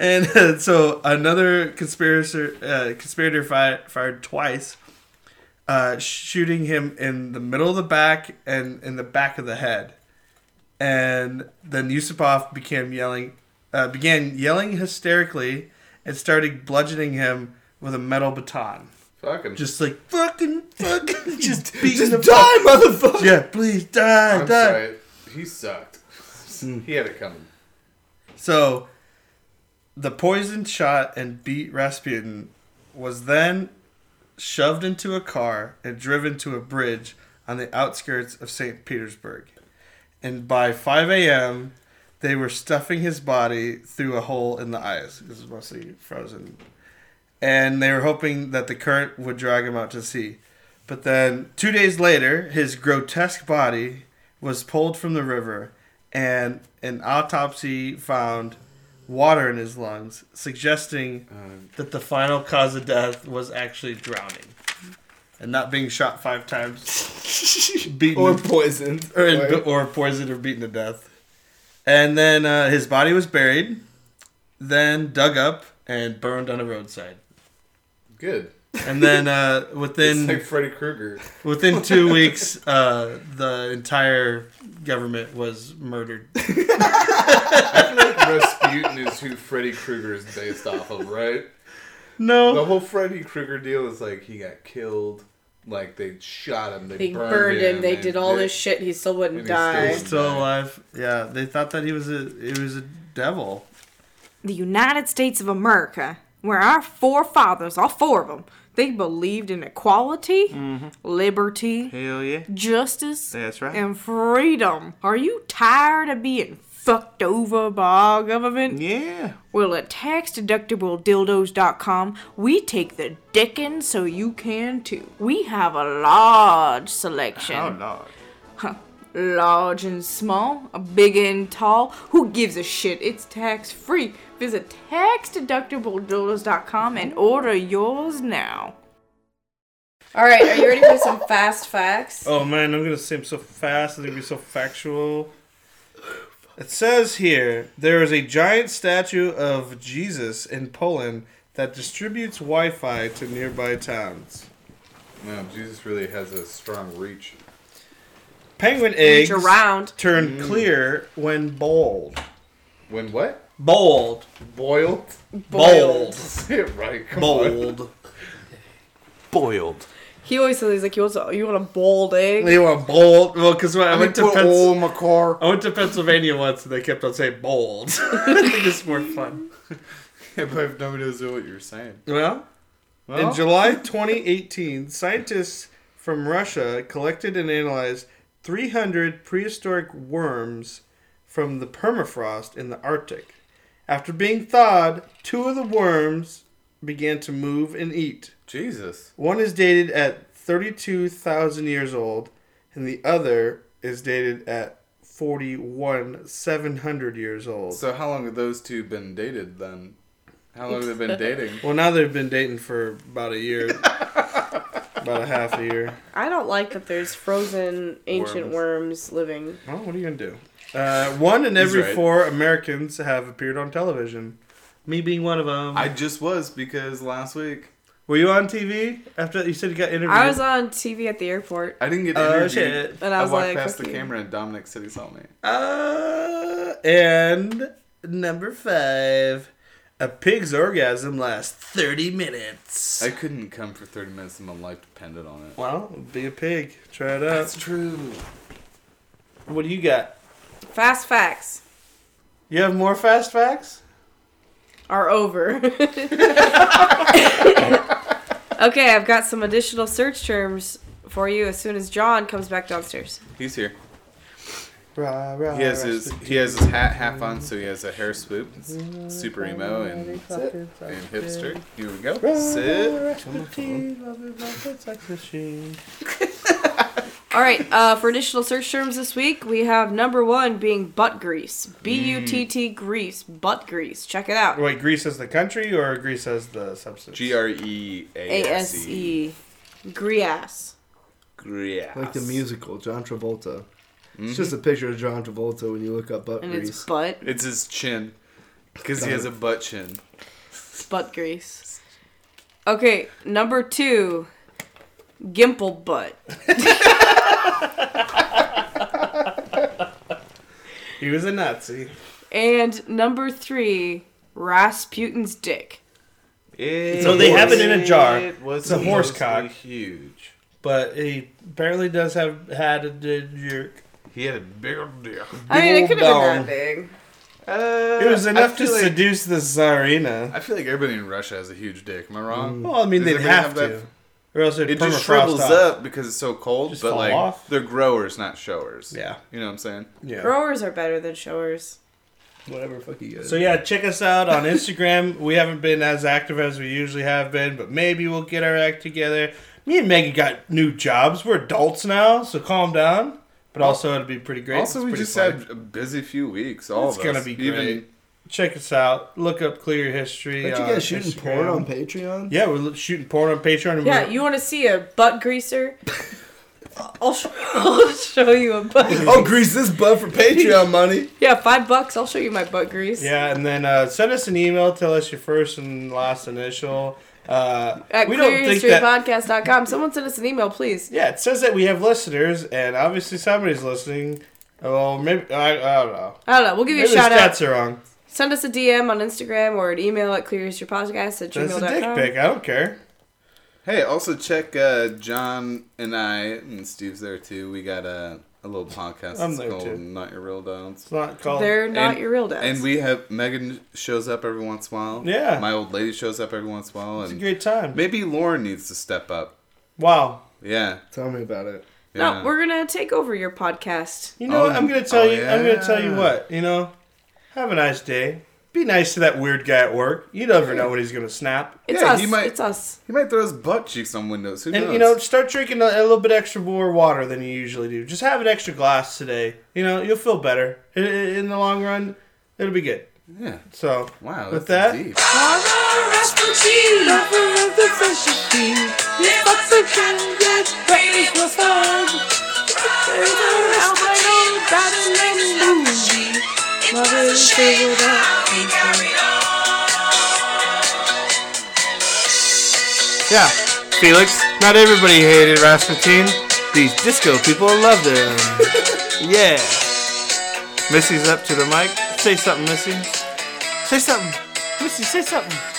[SPEAKER 7] and uh, so another conspirator uh, conspirator fi- fired twice, uh, shooting him in the middle of the back and in the back of the head. And then Yusupov became yelling, uh, began yelling hysterically, and started bludgeoning him with a metal baton.
[SPEAKER 10] Fuck him.
[SPEAKER 7] Just like fucking, fucking, just beating
[SPEAKER 9] Just
[SPEAKER 7] the
[SPEAKER 9] die, motherfucker.
[SPEAKER 7] Yeah, please die,
[SPEAKER 10] I'm
[SPEAKER 7] die.
[SPEAKER 10] sorry. He sucked.
[SPEAKER 7] Hmm.
[SPEAKER 10] he had it coming.
[SPEAKER 7] So, the poison shot and beat Rasputin was then shoved into a car and driven to a bridge on the outskirts of St. Petersburg. And by 5 a.m., they were stuffing his body through a hole in the ice. This is mostly frozen. And they were hoping that the current would drag him out to sea. But then, two days later, his grotesque body was pulled from the river, and an autopsy found water in his lungs, suggesting that the final cause of death was actually drowning and not being shot five times, beaten
[SPEAKER 9] Or poisoned.
[SPEAKER 7] or, or poisoned or beaten to death. And then uh, his body was buried, then dug up and burned on a roadside.
[SPEAKER 10] Good.
[SPEAKER 7] And then uh, within
[SPEAKER 10] It's like Freddy Krueger.
[SPEAKER 7] within two weeks, uh, the entire government was murdered.
[SPEAKER 10] Rasputin is who Freddy Krueger is based off of, right? The
[SPEAKER 7] No,
[SPEAKER 10] whole Freddy Krueger deal is like he got killed, like they shot him, they,
[SPEAKER 2] They
[SPEAKER 10] burned,
[SPEAKER 2] burned him. They
[SPEAKER 10] and
[SPEAKER 2] did all this
[SPEAKER 10] they-
[SPEAKER 2] shit. He still wouldn't
[SPEAKER 10] and he
[SPEAKER 2] die.
[SPEAKER 10] still-
[SPEAKER 7] still alive. Yeah, they thought that he was a he was a devil.
[SPEAKER 12] the United States of America, where our forefathers, all four of them, they believed in equality, liberty,
[SPEAKER 7] Mm-hmm. Hell yeah,
[SPEAKER 12] justice,
[SPEAKER 7] that's right.
[SPEAKER 12] and freedom. Are you tired of being fucked over by our government?
[SPEAKER 7] yeah,
[SPEAKER 12] Well, at tax-deductibledildos.com, we take the dickens so you can too. We have a large selection
[SPEAKER 7] oh no.
[SPEAKER 12] large and small, big and tall. Who gives a shit? It's tax free. Visit taxdeductibledildos.com and order yours now.
[SPEAKER 2] All right, are you ready for some fast facts?
[SPEAKER 7] Oh man, I'm gonna say them so fast. It's gonna be so factual. It says here there is a giant statue of Jesus in Poland that distributes Wi-Fi to nearby towns.
[SPEAKER 10] No, Jesus really has a strong reach.
[SPEAKER 7] Penguin eggs
[SPEAKER 2] around.
[SPEAKER 7] turn clear when boiled.
[SPEAKER 10] When what?
[SPEAKER 7] Boiled.
[SPEAKER 10] Boiled?
[SPEAKER 7] Boiled.
[SPEAKER 10] Say it right. Come on.
[SPEAKER 7] Boiled.
[SPEAKER 9] Boiled.
[SPEAKER 8] He always says he's like, you want, some- you want a boiled egg?
[SPEAKER 7] They want boiled. Well, because I, went to Pens-
[SPEAKER 10] my car.
[SPEAKER 7] I went to Pennsylvania once and they kept on saying boiled. I think it's more fun.
[SPEAKER 10] Yeah, but if nobody knows what you're saying.
[SPEAKER 7] Well, In July 2018, scientists from Russia collected and analyzed 300 prehistoric worms from the permafrost in the Arctic. After being thawed, two of the worms began to move and eat.
[SPEAKER 10] Jesus.
[SPEAKER 7] One is dated at thirty-two thousand years old, and the other is dated at forty-one seven hundred years old.
[SPEAKER 10] So how long have those two been dated then? How long have they been dating?
[SPEAKER 7] Well, now they've been dating for about a year, about a half a year.
[SPEAKER 8] I don't like that there's frozen ancient worms, living.
[SPEAKER 7] Well, what are you gonna do? Uh, one in
[SPEAKER 8] He's
[SPEAKER 7] every
[SPEAKER 8] right.
[SPEAKER 7] four Americans have appeared on television. Me being one of them.
[SPEAKER 10] I just was because last week.
[SPEAKER 7] Were you on TV after you said you got interviewed?
[SPEAKER 8] I was on TV at the airport.
[SPEAKER 10] I didn't get
[SPEAKER 7] Oh,
[SPEAKER 10] interviewed.
[SPEAKER 7] shit.
[SPEAKER 8] And I was
[SPEAKER 10] walked
[SPEAKER 8] like,
[SPEAKER 10] past the
[SPEAKER 8] "Fuck you."
[SPEAKER 10] camera and Dominic said he saw me.
[SPEAKER 7] Uh, and number five, a pig's orgasm lasts thirty minutes.
[SPEAKER 10] I couldn't come for 30 minutes and my life depended on it.
[SPEAKER 7] Well, be a pig. Try it out. That's
[SPEAKER 10] true.
[SPEAKER 7] What do you got?
[SPEAKER 8] Fast facts
[SPEAKER 7] You have more fast facts?
[SPEAKER 8] are over. okay, I've got some additional search terms for you as soon as John comes back downstairs.
[SPEAKER 10] He's here.
[SPEAKER 7] Rah, rah,
[SPEAKER 10] He has
[SPEAKER 7] rah,
[SPEAKER 10] his he has his hat half on, so he has a hair swoop. It's super emo and,
[SPEAKER 7] Sit.
[SPEAKER 10] and hipster. Here we
[SPEAKER 7] Rah,
[SPEAKER 10] go.
[SPEAKER 7] rah,
[SPEAKER 10] Sit.
[SPEAKER 7] expertise, love it, love it, sex machine.
[SPEAKER 8] All right, uh, for additional search terms this week, we have number one being butt grease. B U T T grease, butt grease. Check it out.
[SPEAKER 7] Wait, Greece as the country or Greece as the substance?
[SPEAKER 10] G R E
[SPEAKER 8] A S E. Grease.
[SPEAKER 10] Grease.
[SPEAKER 9] Like the musical, John Travolta. It's just a picture of John Travolta when you look up butt
[SPEAKER 8] And
[SPEAKER 9] grease.
[SPEAKER 8] it's butt.
[SPEAKER 10] It's his chin, because he
[SPEAKER 9] Got
[SPEAKER 10] has
[SPEAKER 9] it.
[SPEAKER 10] a butt chin.
[SPEAKER 8] Butt grease. Okay, number two, gimple butt.
[SPEAKER 7] He was a Nazi.
[SPEAKER 8] And number three, Rasputin's dick.
[SPEAKER 7] so they have it in a jar.
[SPEAKER 10] It was
[SPEAKER 7] it's a horse
[SPEAKER 10] supposedly
[SPEAKER 7] cock.
[SPEAKER 10] Huge.
[SPEAKER 7] But he apparently does have had a d- jerk.
[SPEAKER 10] He had a bigger deal.
[SPEAKER 8] I mean, it could
[SPEAKER 7] Dong.
[SPEAKER 8] have been that big.
[SPEAKER 10] Uh,
[SPEAKER 7] It was enough
[SPEAKER 10] I
[SPEAKER 7] to
[SPEAKER 10] feel like-
[SPEAKER 7] seduce the Tsarina.
[SPEAKER 10] I feel like everybody in Russia has a huge dick. Am I wrong?
[SPEAKER 7] Well, I mean,
[SPEAKER 10] Does
[SPEAKER 7] they'd
[SPEAKER 10] everybody
[SPEAKER 7] Mm. have,
[SPEAKER 10] that-
[SPEAKER 7] to. Or else it'd
[SPEAKER 10] It just
[SPEAKER 7] permafrost
[SPEAKER 10] shrivels
[SPEAKER 7] off.
[SPEAKER 10] up because it's so cold,
[SPEAKER 7] Just
[SPEAKER 10] but
[SPEAKER 7] fall
[SPEAKER 10] like
[SPEAKER 7] off.
[SPEAKER 10] they're growers, not showers.
[SPEAKER 7] Yeah.
[SPEAKER 10] you know what I'm saying.
[SPEAKER 7] Yeah.
[SPEAKER 8] Growers are better than showers.
[SPEAKER 9] Whatever fuck you
[SPEAKER 7] So yeah, check us out on Instagram. we haven't been as active as we usually have been, but maybe we'll get our act together. Me and Maggie got new jobs. We're adults now, so calm down. But also, it'd be pretty great.
[SPEAKER 10] Also,
[SPEAKER 7] It's
[SPEAKER 10] we
[SPEAKER 7] pretty
[SPEAKER 10] just
[SPEAKER 7] fun.
[SPEAKER 10] had a busy few weeks. All
[SPEAKER 7] it's
[SPEAKER 10] of
[SPEAKER 7] gonna
[SPEAKER 10] us.
[SPEAKER 7] be great. Check us out. Look up Clear History.
[SPEAKER 9] Aren't you
[SPEAKER 7] on
[SPEAKER 9] guys shooting
[SPEAKER 7] Instagram.
[SPEAKER 9] porn on Patreon?
[SPEAKER 7] Yeah, we're li- shooting porn on Patreon. and
[SPEAKER 8] Yeah,
[SPEAKER 7] we're-
[SPEAKER 8] you want to see a butt greaser? I'll, sh- I'll show you a butt.
[SPEAKER 9] Oh, grease this butt for Patreon money.
[SPEAKER 8] Yeah, five bucks. I'll show you my butt grease.
[SPEAKER 7] Yeah, and then uh, send us an email. Tell us your first and last initial. Uh,
[SPEAKER 8] At
[SPEAKER 7] we don't think that.
[SPEAKER 8] clearhistorypodcast.com. Someone send us an email, please.
[SPEAKER 7] yeah, it says that we have listeners, and obviously somebody's listening. Well, maybe I, I don't know.
[SPEAKER 8] I don't know. We'll give you
[SPEAKER 7] Maybe
[SPEAKER 8] a shout
[SPEAKER 7] the
[SPEAKER 8] out.
[SPEAKER 7] stats are wrong.
[SPEAKER 8] Send us a DM on Instagram or an email at clearhistorypodcast at
[SPEAKER 7] That's
[SPEAKER 8] gmail.com.
[SPEAKER 7] a dick pic. I don't care.
[SPEAKER 10] Hey, also check uh, John and I and Steve's there too. We got a, a little podcast.
[SPEAKER 7] I'm
[SPEAKER 10] that's
[SPEAKER 7] there,
[SPEAKER 10] called
[SPEAKER 7] too.
[SPEAKER 10] Not Your Real Dads. It's
[SPEAKER 7] not called.
[SPEAKER 8] They're not your real dads.
[SPEAKER 10] And we have Megan shows up every once in a while.
[SPEAKER 7] Yeah.
[SPEAKER 10] my old lady shows up every once in a while.
[SPEAKER 7] It's a
[SPEAKER 10] and
[SPEAKER 7] great time.
[SPEAKER 10] Maybe Lauren needs to step up.
[SPEAKER 7] Wow.
[SPEAKER 10] Yeah.
[SPEAKER 9] Tell me about it.
[SPEAKER 10] Yeah.
[SPEAKER 8] No, we're gonna take over your podcast.
[SPEAKER 7] You know what? I'm gonna tell
[SPEAKER 10] oh,
[SPEAKER 7] you. I'm gonna tell you
[SPEAKER 10] yeah.
[SPEAKER 7] what. You know, have a nice day. Be nice to that weird guy at work. You never know when he's gonna snap.
[SPEAKER 8] It's
[SPEAKER 10] yeah,
[SPEAKER 8] us.
[SPEAKER 10] He might,
[SPEAKER 8] it's us.
[SPEAKER 10] He might throw his butt cheeks on windows. Who
[SPEAKER 7] And
[SPEAKER 10] knows?
[SPEAKER 7] you know, start drinking a, a little bit extra more water than you usually do. Just have an extra glass today. You know, you'll feel better in, in in the long run. It'll be good.
[SPEAKER 10] Yeah.
[SPEAKER 7] So
[SPEAKER 10] Wow.
[SPEAKER 7] with
[SPEAKER 10] that's
[SPEAKER 7] that,
[SPEAKER 10] deep.
[SPEAKER 7] yeah, Felix. Not everybody hated Rasputin. These disco people love them. yeah. Missy's up to the mic. Say something, Missy. Say something, Missy. Say something.